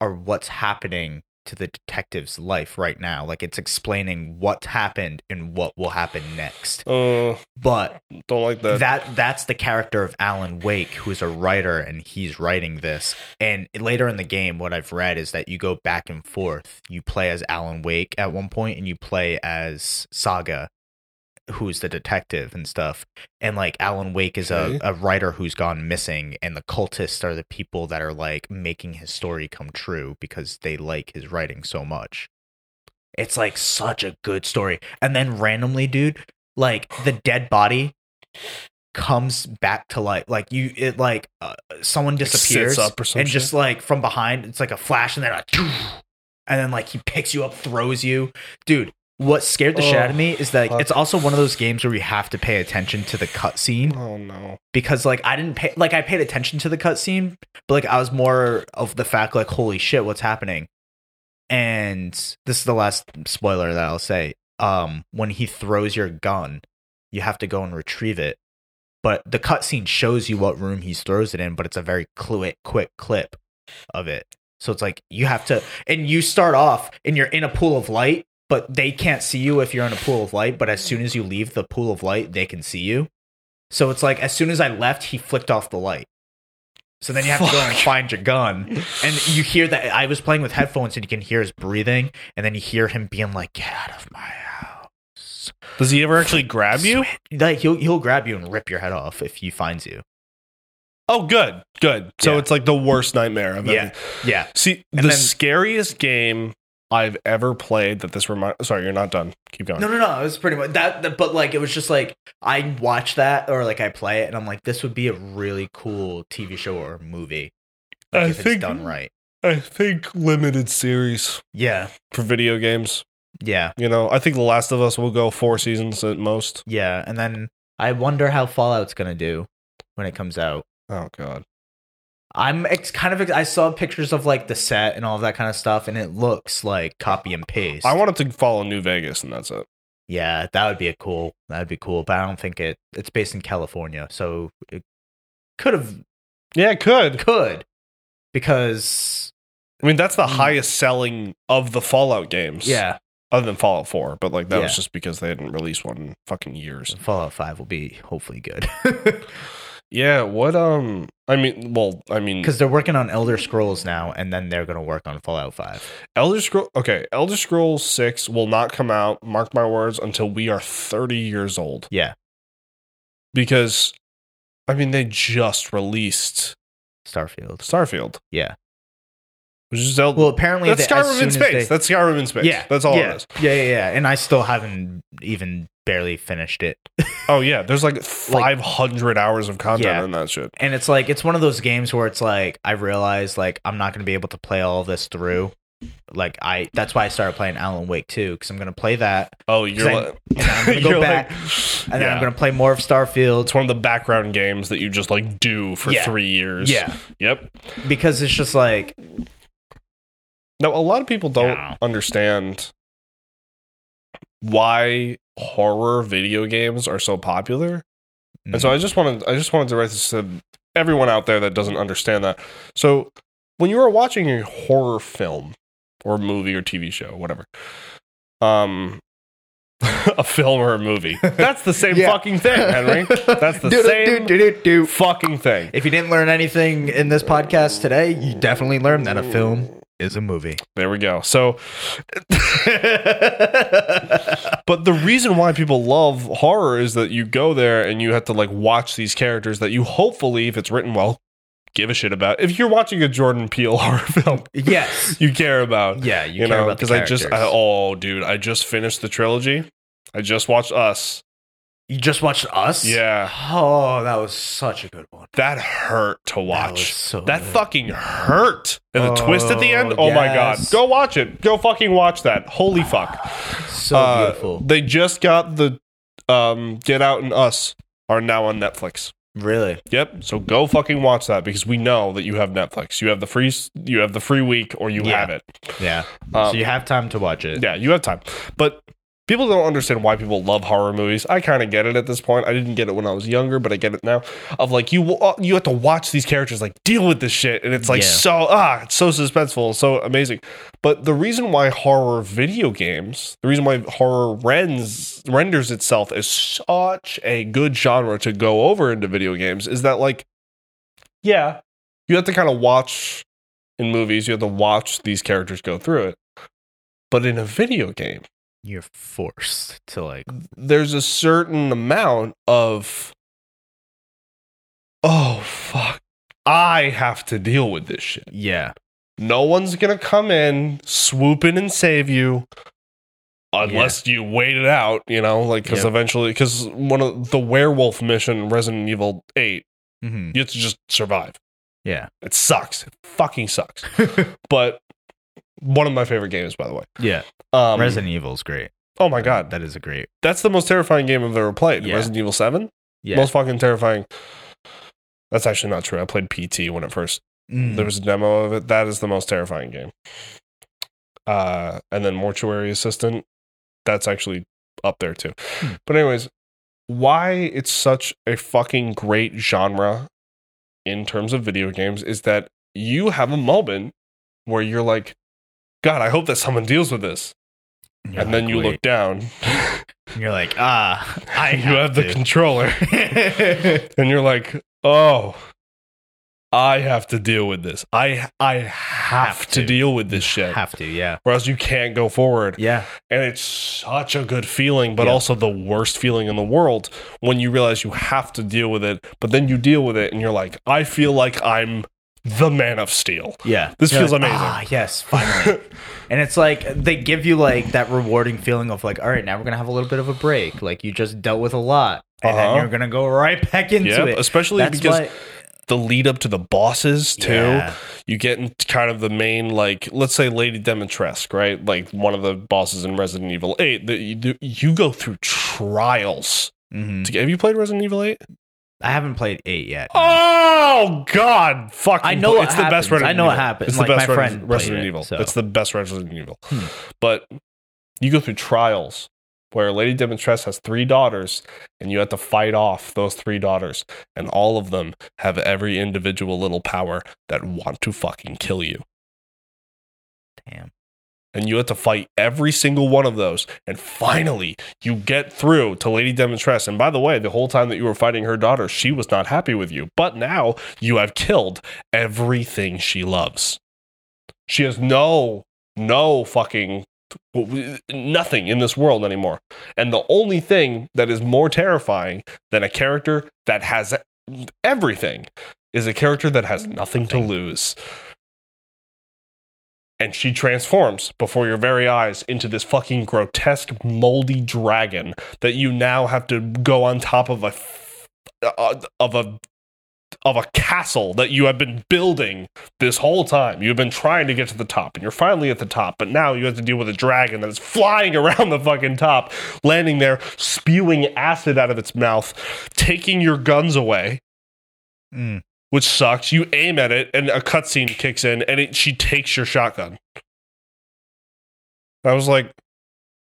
S2: are what's happening to the detective's life right now like it's explaining what happened and what will happen next
S1: Uh,
S2: but
S1: don't like that.
S2: that that's the character of Alan Wake, who's a writer, and he's writing this. And later in the game, what I've read is that you go back and forth. You play as Alan Wake at one point, and you play as Saga who's the detective and stuff. And like Alan Wake is
S1: Okay.
S2: a, a writer who's gone missing, and the cultists are the people that are like making his story come true because they like his writing so much. It's like such a good story. And then randomly, dude, like the dead body comes back to life. Like you, it like uh, someone
S1: Like, sits
S2: disappears
S1: up or some
S2: and
S1: shit.
S2: just like from behind, it's like a flash, and then a, and then like he picks you up, throws you, dude. What scared the shit out of
S1: Oh,
S2: me is that
S1: fuck.
S2: it's also one of those games where you have to pay attention to the cutscene
S1: Oh no.
S2: because like I didn't pay like I paid attention to the cutscene, but like I was more of the fact like holy shit, what's happening? And this is the last spoiler that I'll say. Um, when he throws your gun, you have to go and retrieve it. But the cutscene shows you what room he throws it in, but it's a very cli- quick clip of it. So it's like you have to, and you start off and you're in a pool of light, but they can't see you if you're in a pool of light. But as soon as you leave the pool of light, they can see you. So it's like as soon as I left, he flicked off the light. So then you have to go and
S1: Fuck.
S2: find your gun. And you hear that I was playing with headphones and you can hear his breathing, and then you hear him being like, Get out of my house.
S1: Does he ever actually grab you?
S2: Like he'll he'll grab you and rip your head off if he finds you.
S1: Oh, good, good. So
S2: Yeah.
S1: it's like the worst nightmare of
S2: Yeah.
S1: everything.
S2: Yeah.
S1: See,
S2: And
S1: the
S2: then-
S1: scariest game I've ever played that this remind. Sorry, you're not done. Keep going.
S2: No, no, no. It was pretty much that, that- but like it was just like I watch that or like I play it and I'm like, this would be a really cool TV show or movie. Like,
S1: I
S2: if
S1: think-
S2: it's done right.
S1: I think limited series
S2: Yeah.
S1: for video games.
S2: Yeah.
S1: You know, I think The Last of Us will go four seasons at most.
S2: Yeah. And then I wonder how Fallout's gonna do when it comes out.
S1: Oh God.
S2: I'm ex- kind of. Ex- I saw pictures of like the set and all of that kind of stuff, and it looks like copy and paste.
S1: I want it to follow New Vegas, and that's it.
S2: yeah, that would be a cool. That would be cool, but I don't think it. It's based in California, so it could have
S1: Yeah, it could.
S2: could because
S1: I mean, that's the
S2: Mm.
S1: highest selling of the Fallout games.
S2: yeah,
S1: Other than Fallout 4, but like that
S2: Yeah.
S1: was just because they hadn't released one in fucking years.
S2: Fallout Five will be hopefully good
S1: Yeah, what um I mean, well, I mean
S2: because they're working on Elder Scrolls now, and then they're gonna work on Fallout Five.
S1: Elder Scroll okay, Elder Scrolls 6 will not come out, mark my words, until we are 30 years old.
S2: Yeah.
S1: Because I mean, they just released
S2: Starfield.
S1: Starfield.
S2: Yeah.
S1: Which is Zelda.
S2: Well, apparently
S1: that's
S2: they, as
S1: Skyrim in
S2: soon as
S1: space.
S2: they-
S1: that's Skyrim in space.
S2: yeah,
S1: That's all
S2: yeah,
S1: it is.
S2: Yeah, yeah, yeah. And I still haven't even barely finished it.
S1: Oh yeah, there's like 500 hours of content
S2: Yeah.
S1: in that shit.
S2: and it's like it's one of those games where it's like I realize like I'm not gonna be able to play all this through. Like I, that's why I started playing Alan Wake too because I'm gonna play that
S1: Oh, you're
S2: I-
S1: like,
S2: and I'm gonna go
S1: You're
S2: back,
S1: like-
S2: and then I'm
S1: yeah.
S2: gonna play more of Starfield.
S1: It's one of the background games that you just like do for
S2: Yeah.
S1: 3 years.
S2: Yeah,
S1: Yep.
S2: because it's just like
S1: Now, a lot of people don't
S2: Yeah.
S1: understand why horror video games are so popular. And
S2: Mm-hmm.
S1: so I just wanted I just wanted to write this to everyone out there that doesn't understand that. So when you are watching a horror film or movie or TV show, whatever, um a film or a movie. That's the same
S2: Yeah.
S1: fucking thing, Henry. That's the
S2: Do- do-
S1: same
S2: do- do- do.
S1: fucking thing.
S2: If you didn't learn anything in this podcast today, you definitely learned that a film is a movie.
S1: There we go. So But the reason why people love horror is that you go there and you have to like watch these characters that you hopefully, if it's written well, give a shit about. If you're watching a Jordan Peele horror film,
S2: yes.
S1: you care about.
S2: Yeah, you,
S1: You,
S2: care
S1: know,
S2: about the
S1: because I just I,
S2: characters.
S1: oh dude, I just finished the trilogy. I just watched Us.
S2: You just watched us?
S1: Yeah,
S2: Oh, that was such a good one.
S1: that hurt to
S2: That, was
S1: watch.
S2: so
S1: That
S2: good.
S1: fucking hurt. And the twist at the end. Oh
S2: Oh,
S1: my god.
S2: yes.
S1: Go watch it. Go fucking watch that. Holy fuck.
S2: so
S1: Uh,
S2: beautiful.
S1: They just got the um, Get Out and Us are now on Netflix.
S2: Really?
S1: Yep. So go fucking watch that because we know that you have Netflix. You have the free you have the free week or you
S2: Yeah.
S1: have it.
S2: Yeah.
S1: Um,
S2: so you have time to watch it.
S1: yeah, you have time. But people don't understand why people love horror movies. I kind of get it at this point. I didn't get it when I was younger, but I get it now. Of like you uh, you have to watch these characters like deal with this shit and it's like
S2: Yeah.
S1: so ah, it's so suspenseful, so amazing. But the reason why horror video games, the reason why horror rends renders itself as such a good genre to go over into video games is that like yeah, you have to kind of watch in movies, you have to watch these characters go through it. But in a video game,
S2: you're forced to like
S1: there's a certain amount of oh fuck i have to deal with this shit
S2: yeah
S1: no one's gonna come in swoop in and save you unless you wait it out you know like because
S2: Yeah.
S1: eventually because one of the werewolf mission resident evil 8
S2: mm-hmm.
S1: you have to just survive
S2: yeah
S1: it sucks it fucking sucks but one of my favorite games by the way
S2: yeah
S1: um
S2: resident evil's great
S1: oh my god
S2: that is a great
S1: that's the most terrifying game i've ever played
S2: Yeah.
S1: resident evil 7
S2: yeah
S1: most fucking terrifying. That's actually not true. I played PT when it first
S2: Mm.
S1: there was a demo of it. That is the most terrifying game. Uh, and then Mortuary Assistant, that's actually up there too.
S2: Hmm.
S1: But anyways, why it's such a fucking great genre in terms of video games is that you have a moment where you're like, God, I hope that someone deals with this,
S2: And you're
S1: and then
S2: like,
S1: you look
S2: wait.
S1: down.
S2: And you're like ah i
S1: you have the controller.
S2: the
S1: and you're like, "Oh, I have to deal with this. I I have, to.
S2: to.
S1: deal with this shit."
S2: have to yeah
S1: or else you can't go forward.
S2: yeah
S1: And it's such a good feeling, but
S2: Yeah.
S1: also the worst feeling in the world when you realize you have to deal with it, but then you deal with it and you're like, I feel like I'm the man of steel.
S2: yeah
S1: This
S2: You're
S1: feels
S2: like,
S1: amazing.
S2: ah yes finally And it's like they give you like that rewarding feeling of like, all right, now we're gonna have a little bit of a break. Like you just dealt with a lot, and then
S1: Uh-huh.
S2: you're gonna go right back into
S1: yeah,
S2: it.
S1: especially
S2: That's
S1: because
S2: why-
S1: the lead up to the bosses too.
S2: Yeah.
S1: You get into kind of the main like let's say Lady Demetresque, right? Like one of the bosses in Resident Evil 8 that you do, you go through trials.
S2: Mhm.
S1: to get- Have you played Resident Evil 8?
S2: I haven't played eight yet.
S1: Oh god, fucking
S2: I know
S1: play-
S2: what
S1: it's the
S2: happens.
S1: best Resident
S2: I know what
S1: Evil.
S2: happens.
S1: It's
S2: Like,
S1: the
S2: my
S1: best Res-
S2: friend played
S1: Resident
S2: it,
S1: Evil.
S2: so.
S1: It's the best Resident Evil.
S2: Hmm.
S1: But you go through trials where Lady Demetress has three daughters, and you have to fight off those three daughters, and all of them have every individual little power that want to fucking kill you.
S2: Damn.
S1: And you have to fight every single one of those. And finally, you get through to Lady Demetress. And by the way, the whole time that you were fighting her daughter, she was not happy with you. But now you have killed everything she loves. She has no, no fucking nothing in this world anymore. And the only thing that is more terrifying than a character that has everything is a character that has nothing to lose. And she transforms before your very eyes into this fucking grotesque, moldy dragon that you now have to go on top of a uh, of a of a castle that you have been building this whole time. You've been trying to get to the top, and you're finally at the top. But now you have to deal with a dragon that is flying around the fucking top, landing there, spewing acid out of its mouth, taking your guns away
S2: Mm.
S1: which sucks. You aim at it, and a cutscene kicks in, and it, she takes your shotgun. I was like,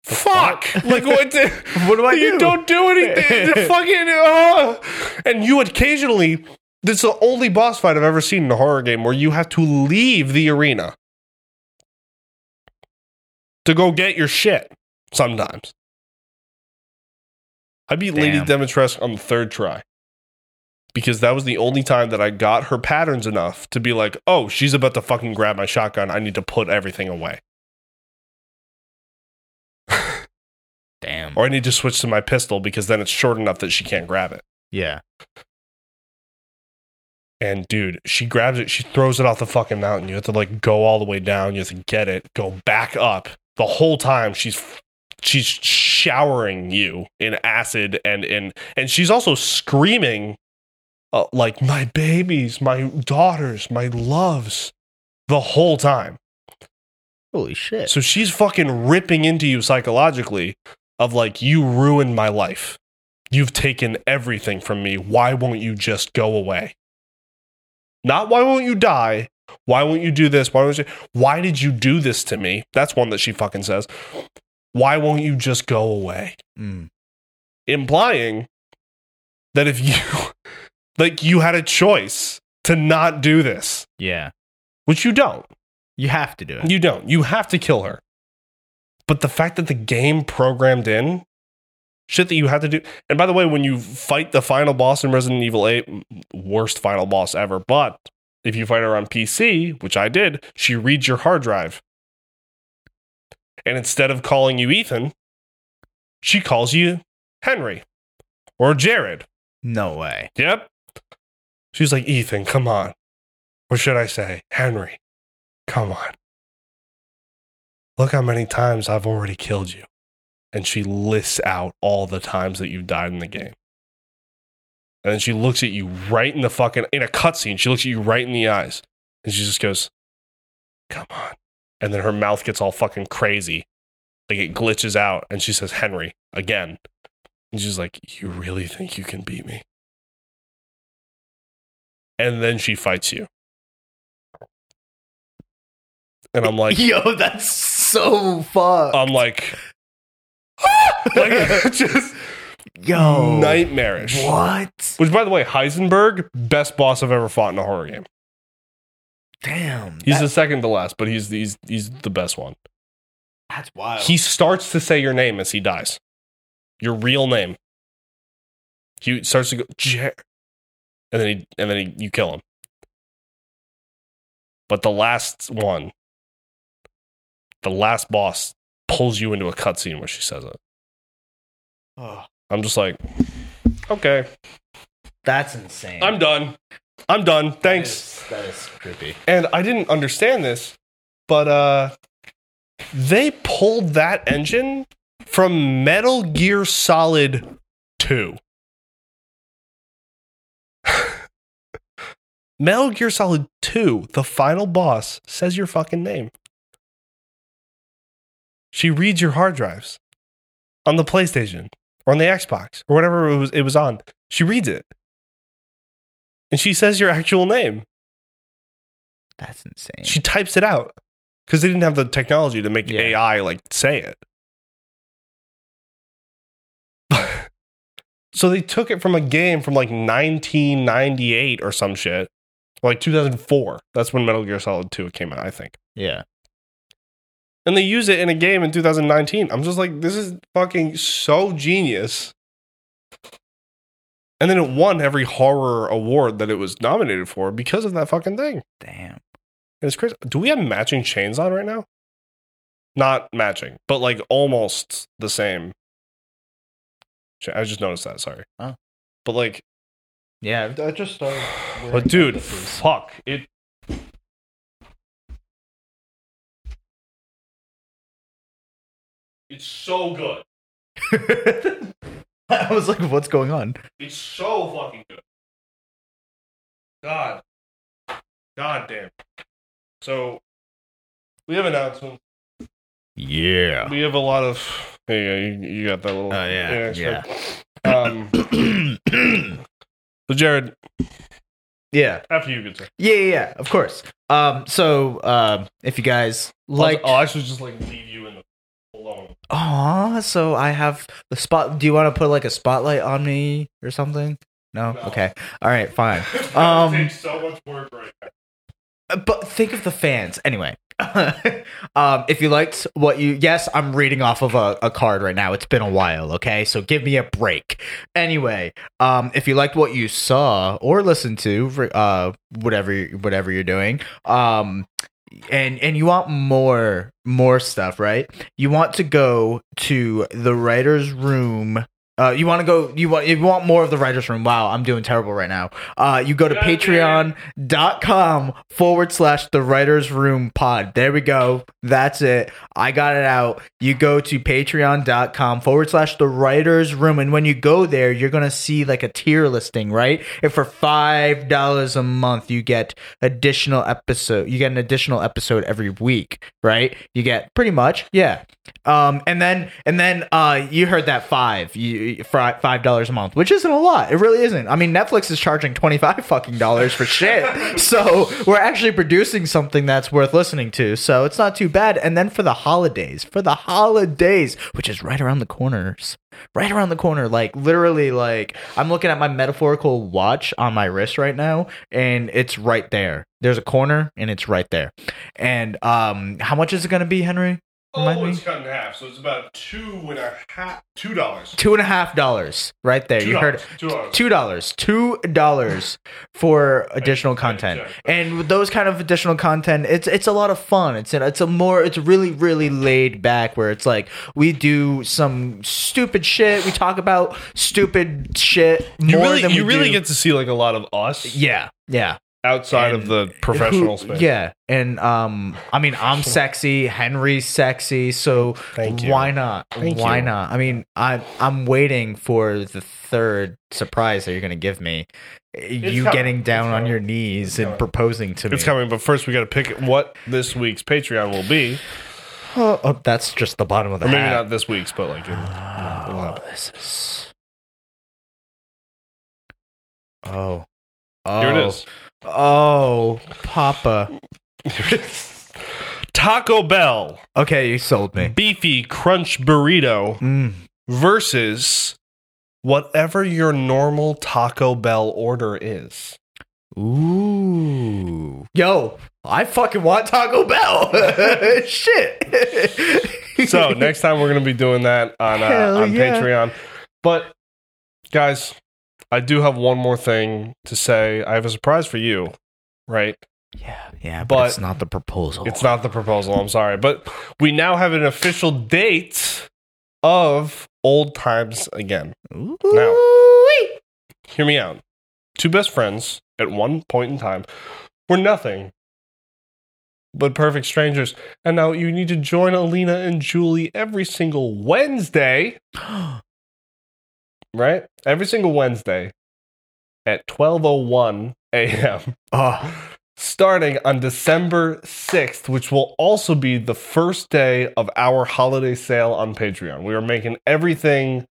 S1: "Fuck!"
S2: fuck?
S1: like what? The,
S2: What do I
S1: you
S2: do?
S1: not do anything. It's fucking. ah. And you occasionally. This is the only boss fight I've ever seen in a horror game where you have to leave the arena to go get your shit. Sometimes. I beat Lady
S2: Damn.
S1: Demetresque on the third try because that was the only time that I got her patterns enough to be like, oh, she's about to fucking grab my shotgun. I need to put everything away.
S2: Damn.
S1: Or I need to switch to my pistol because then it's short enough that she can't grab it.
S2: yeah.
S1: And dude, she grabs it, she throws it off the fucking mountain. You have to like go all the way down, you have to get it, go back up. The whole time she's she's showering you in acid and in and she's also screaming uh, like my babies, my daughters, my loves the whole time.
S2: Holy shit.
S1: So she's fucking ripping into you psychologically of like, you ruined my life. You've taken everything from me. Why won't you just go away? Not why won't you die? Why won't you do this? Why won't you? Why did you do this to me? That's one that she fucking says. Why won't you just go away?
S2: Mm.
S1: Implying that if you, like, you had a choice to not do this,
S2: Yeah.
S1: which you don't.
S2: You have to do it.
S1: You don't. You have to kill her. But the fact that the game programmed in shit that you have to do. And by the way, when you fight the final boss in Resident Evil 8, m- worst final boss ever. But if you fight her on PC, which I did, she reads your hard drive. And instead of calling you Ethan, she calls you Henry or Jared.
S2: No way.
S1: Yep. She's like, Ethan, come on. Or should I say, Henry, come on. Look how many times I've already killed you. And she lists out all the times that you've died in the game. And then she looks at you right in the fucking, in a cutscene, she looks at you right in the eyes. And she just goes, come on. And then her mouth gets all fucking crazy. Like it glitches out. And she says, Henry, again. And she's like, You really think you can beat me? And then she fights you. And I'm like,
S2: Yo, that's so fucked.
S1: I'm like, like just
S2: Yo,
S1: nightmarish.
S2: Oh, What?
S1: Which, by the way, Heisenberg, best boss I've ever fought in a horror game.
S2: Damn.
S1: He's
S2: that-
S1: the second to last, but he's he's he's the best one.
S2: that's wild.
S1: He starts to say your name as he dies, your real name. He starts to go, Jer-, and then he and then he, you kill him. But the last one, the last boss, pulls you into a cutscene where she says it.
S2: Ugh,
S1: I'm just like, okay,
S2: that's insane.
S1: I'm done. I'm done.
S2: That
S1: Thanks.
S2: is- That is, creepy.
S1: And I didn't understand this, but uh they pulled that engine from Metal Gear Solid 2. Metal Gear Solid 2, the final boss says your fucking name. She reads your hard drives on the PlayStation or on the Xbox or whatever it was it was on. She reads it. And she says your actual name.
S2: That's insane.
S1: She types it out because they didn't have the technology to make
S2: Yeah.
S1: AI like say it. so they took it from a game from like 1998 or some shit, like 2004. That's when Metal Gear Solid 2 came out, I think.
S2: yeah.
S1: And they use it in a game in 2019. I'm just like, this is fucking so genius. And then it won every horror award that it was nominated for because of that fucking thing.
S2: Damn.
S1: It's crazy. Do we have matching chains on right now? Not matching, but like almost the same. Cha- I just noticed that. Sorry.
S2: Oh.
S1: But like,
S2: Yeah, I just started.
S1: but dude, fuck it. It's so good.
S2: I was like, what's going on?
S1: It's so fucking good. God. God damn. So, we have announcements.
S2: Yeah.
S1: We have a lot of. Hey, you, you got that little.
S2: Oh, yeah,
S1: it's fine. Um, so Jared,
S2: yeah.
S1: after you, good sir.
S2: Yeah, yeah, yeah, of course. Um, so um, if you guys like,
S1: I'll, I'll actually just like leave you in the alone.
S2: Aw, so I have the spot. Do you want to put like a spotlight on me or something? No.
S1: No.
S2: Okay. All right. Fine.
S1: That
S2: Um,
S1: takes so much work right now.
S2: Uh, But think of the fans. Anyway, um, if you liked what you, yes, I'm reading off of a, a card right now. It's been a while, okay? So give me a break. Anyway, um, if you liked what you saw or listened to, for, uh, whatever whatever you're doing, um, and and you want more more stuff, right? You want to go to the writers' room. Uh, you want to go. You want. If you want more of the writers' room. Wow, I'm doing terrible right now. Uh, you go to
S1: God damn it.
S2: Patreon dot com forward slash the writers room pod there we go that's it i got it out you go to patreon.com forward slash the writers room and when you go there you're gonna see like a tier listing right and for five dollars a month you get additional episode you get an additional episode every week right you get pretty much yeah um and then and then uh you heard that five you fri- five dollars a month which isn't a lot it really isn't i mean netflix is charging 25 fucking dollars for shit so we're actually producing something that's worth listening to so it's not too bad and then for the holidays for the holidays which is right around the corners right around the corner like literally like i'm looking at my metaphorical watch on my wrist right now and it's right there there's a corner and it's right there and um how much is it gonna be henry Remind me?
S1: Oh, it's cut in half, so it's about two and a half, two dollars.
S2: Two and a half dollars, right there. You heard it.
S1: two dollars.
S2: two dollars two dollars for additional content and with those kind of additional content it's it's a lot of fun it's an, it's a more it's really really laid back where it's like we do some stupid shit we talk about stupid shit more
S1: You really,
S2: than
S1: you
S2: we
S1: really
S2: do-
S1: get to see like a lot of us
S2: yeah yeah
S1: outside
S2: And
S1: of the professional
S2: Who-
S1: space.
S2: yeah and um i mean i'm sexy henry's sexy so
S1: Thank you.
S2: why not
S1: Thank
S2: why
S1: you.
S2: not i mean i i'm waiting for the third surprise that you're gonna give me you
S1: coming.
S2: getting down
S1: It's
S2: on
S1: coming.
S2: your knees and
S1: coming.
S2: proposing to me
S1: It's coming, but first we got to pick what this week's Patreon will be,
S2: oh, oh, that's just the bottom of the
S1: or maybe
S2: hat
S1: not this week's, but like in, it'll
S2: oh,
S1: happen.
S2: this is oh oh
S1: here it is.
S2: oh papa Oh.
S1: Taco Bell
S2: okay you sold me
S1: beefy crunch burrito
S2: Mm.
S1: versus whatever your normal Taco Bell order is.
S2: Ooh. Yo, I fucking want Taco Bell. Shit.
S1: So next time we're gonna be doing that on
S2: Hell
S1: uh, on
S2: yeah.
S1: Patreon. But guys, I do have one more thing to say. I have a surprise for you, right?
S2: Yeah, yeah, but,
S1: But-
S2: it's not the proposal.
S1: It's not the proposal. I'm sorry, but we now have an official date of old times again.
S2: Ooh.
S1: now. Hear me out. Two best friends at one point in time were nothing but perfect strangers, and now you need to join Alina and Julie every single Wednesday. right? Every single Wednesday at 12:01 a.m.
S2: Oh,
S1: starting on December 6th, which will also be the first day of our holiday sale on Patreon. We are making everything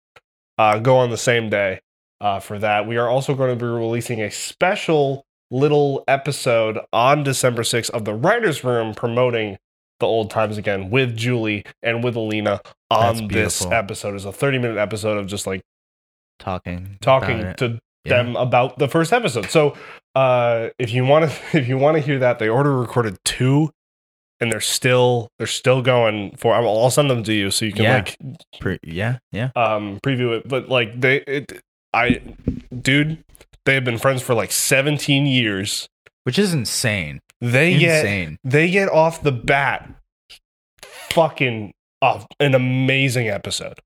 S1: uh, go on the same day uh, for that. We are also going to be releasing a special little episode on December 6th of the writers room promoting the old times again with Julie and with Alina
S2: That's
S1: on this
S2: beautiful.
S1: episode. It's a 30 minute episode of just like
S2: talking. about
S1: talking
S2: it.
S1: to
S2: Yeah.
S1: them about the first episode. So uh, if you want to, if you want to hear that, they already recorded two, and they're still they're still going for. I'll I'll send them to you so you can
S2: Yeah.
S1: like
S2: Pre- yeah, yeah.
S1: um, preview it. But like they, it, I, dude, they have been friends for like seventeen years.
S2: Which is insane.
S1: They get
S2: Insane.
S1: they get off the bat fucking off an amazing episode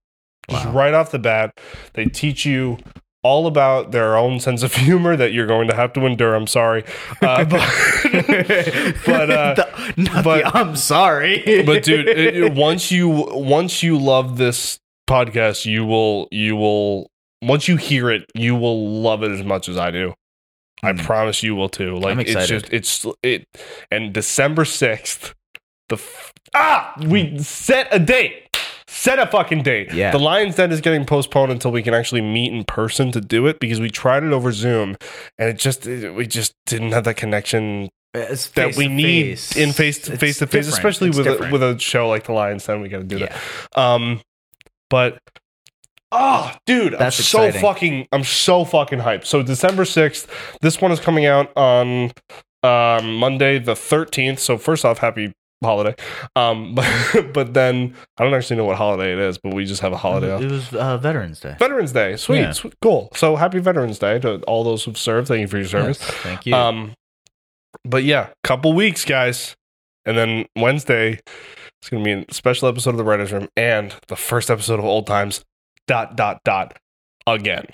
S1: just
S2: Wow.
S1: right off the bat they teach you all about their own sense of humor that you're going to have to endure i'm sorry uh, but, but, uh,
S2: The- not
S1: but-
S2: the, I'm sorry.
S1: but dude it- it- once you once you love this podcast you will you will once you hear it you will love it as much as i do I
S2: Mm.
S1: promise you will too. Like
S2: I'm
S1: it's just it's it and December 6th the f- ah we set a date. Set a fucking date.
S2: Yeah.
S1: The Lions Den is getting postponed until we can actually meet in person to do it because we tried it over Zoom and it just it- we just didn't have that connection
S2: It's
S1: that we need
S2: face-to-face.
S1: in face to
S2: It's
S1: face to face,
S2: different.
S1: especially
S2: It's
S1: with a,
S2: different.
S1: with a show like the Lions Den. We got to do
S2: yeah.
S1: that. Um, but oh, dude,
S2: That's
S1: I'm so
S2: exciting.
S1: fucking I'm so fucking hyped. So December sixth, this one is coming out on um, Monday the thirteenth. So first off, happy holiday. Um, but, but then I don't actually know what holiday it is, but we just have a holiday. off.
S2: It was uh, Veterans Day.
S1: Veterans Day, sweet,
S2: Yeah.
S1: sweet, cool. So happy Veterans Day to all those who've served. Thank you for your service.
S2: Yes, thank you.
S1: Um, but yeah, couple weeks, guys, and then Wednesday it's gonna be a special episode of the writers' room and the first episode of Old Times. Dot dot dot again.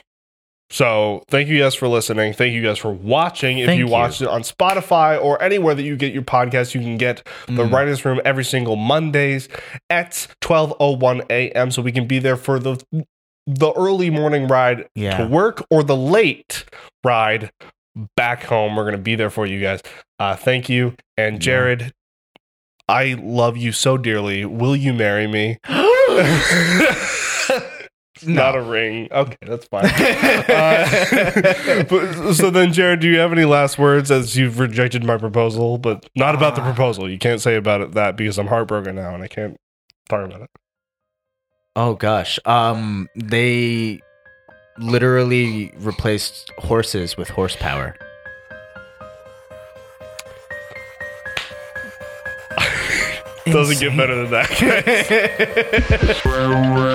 S1: So thank you guys for listening. Thank you guys for watching. If
S2: Thank
S1: you
S2: you.
S1: watched it on Spotify or anywhere that you get your podcast, you can get the
S2: Mm.
S1: writers' room every single Mondays at twelve oh one a.m. So we can be there for the the early morning ride
S2: yeah.
S1: to work or the late ride back home. We're going to be there for you guys. Uh, thank you. And
S2: Yeah.
S1: Jared, I love you so dearly. Will you marry me? Not a ring. Okay, that's fine. Uh, but, so then, Jared, do you have any last words as you've rejected my proposal, but not about the
S2: Ah.
S1: proposal? You can't say about it that because I'm heartbroken now and I can't talk about it.
S2: Oh gosh. Um they literally replaced horses with horsepower.
S1: Doesn't get better than that. guys.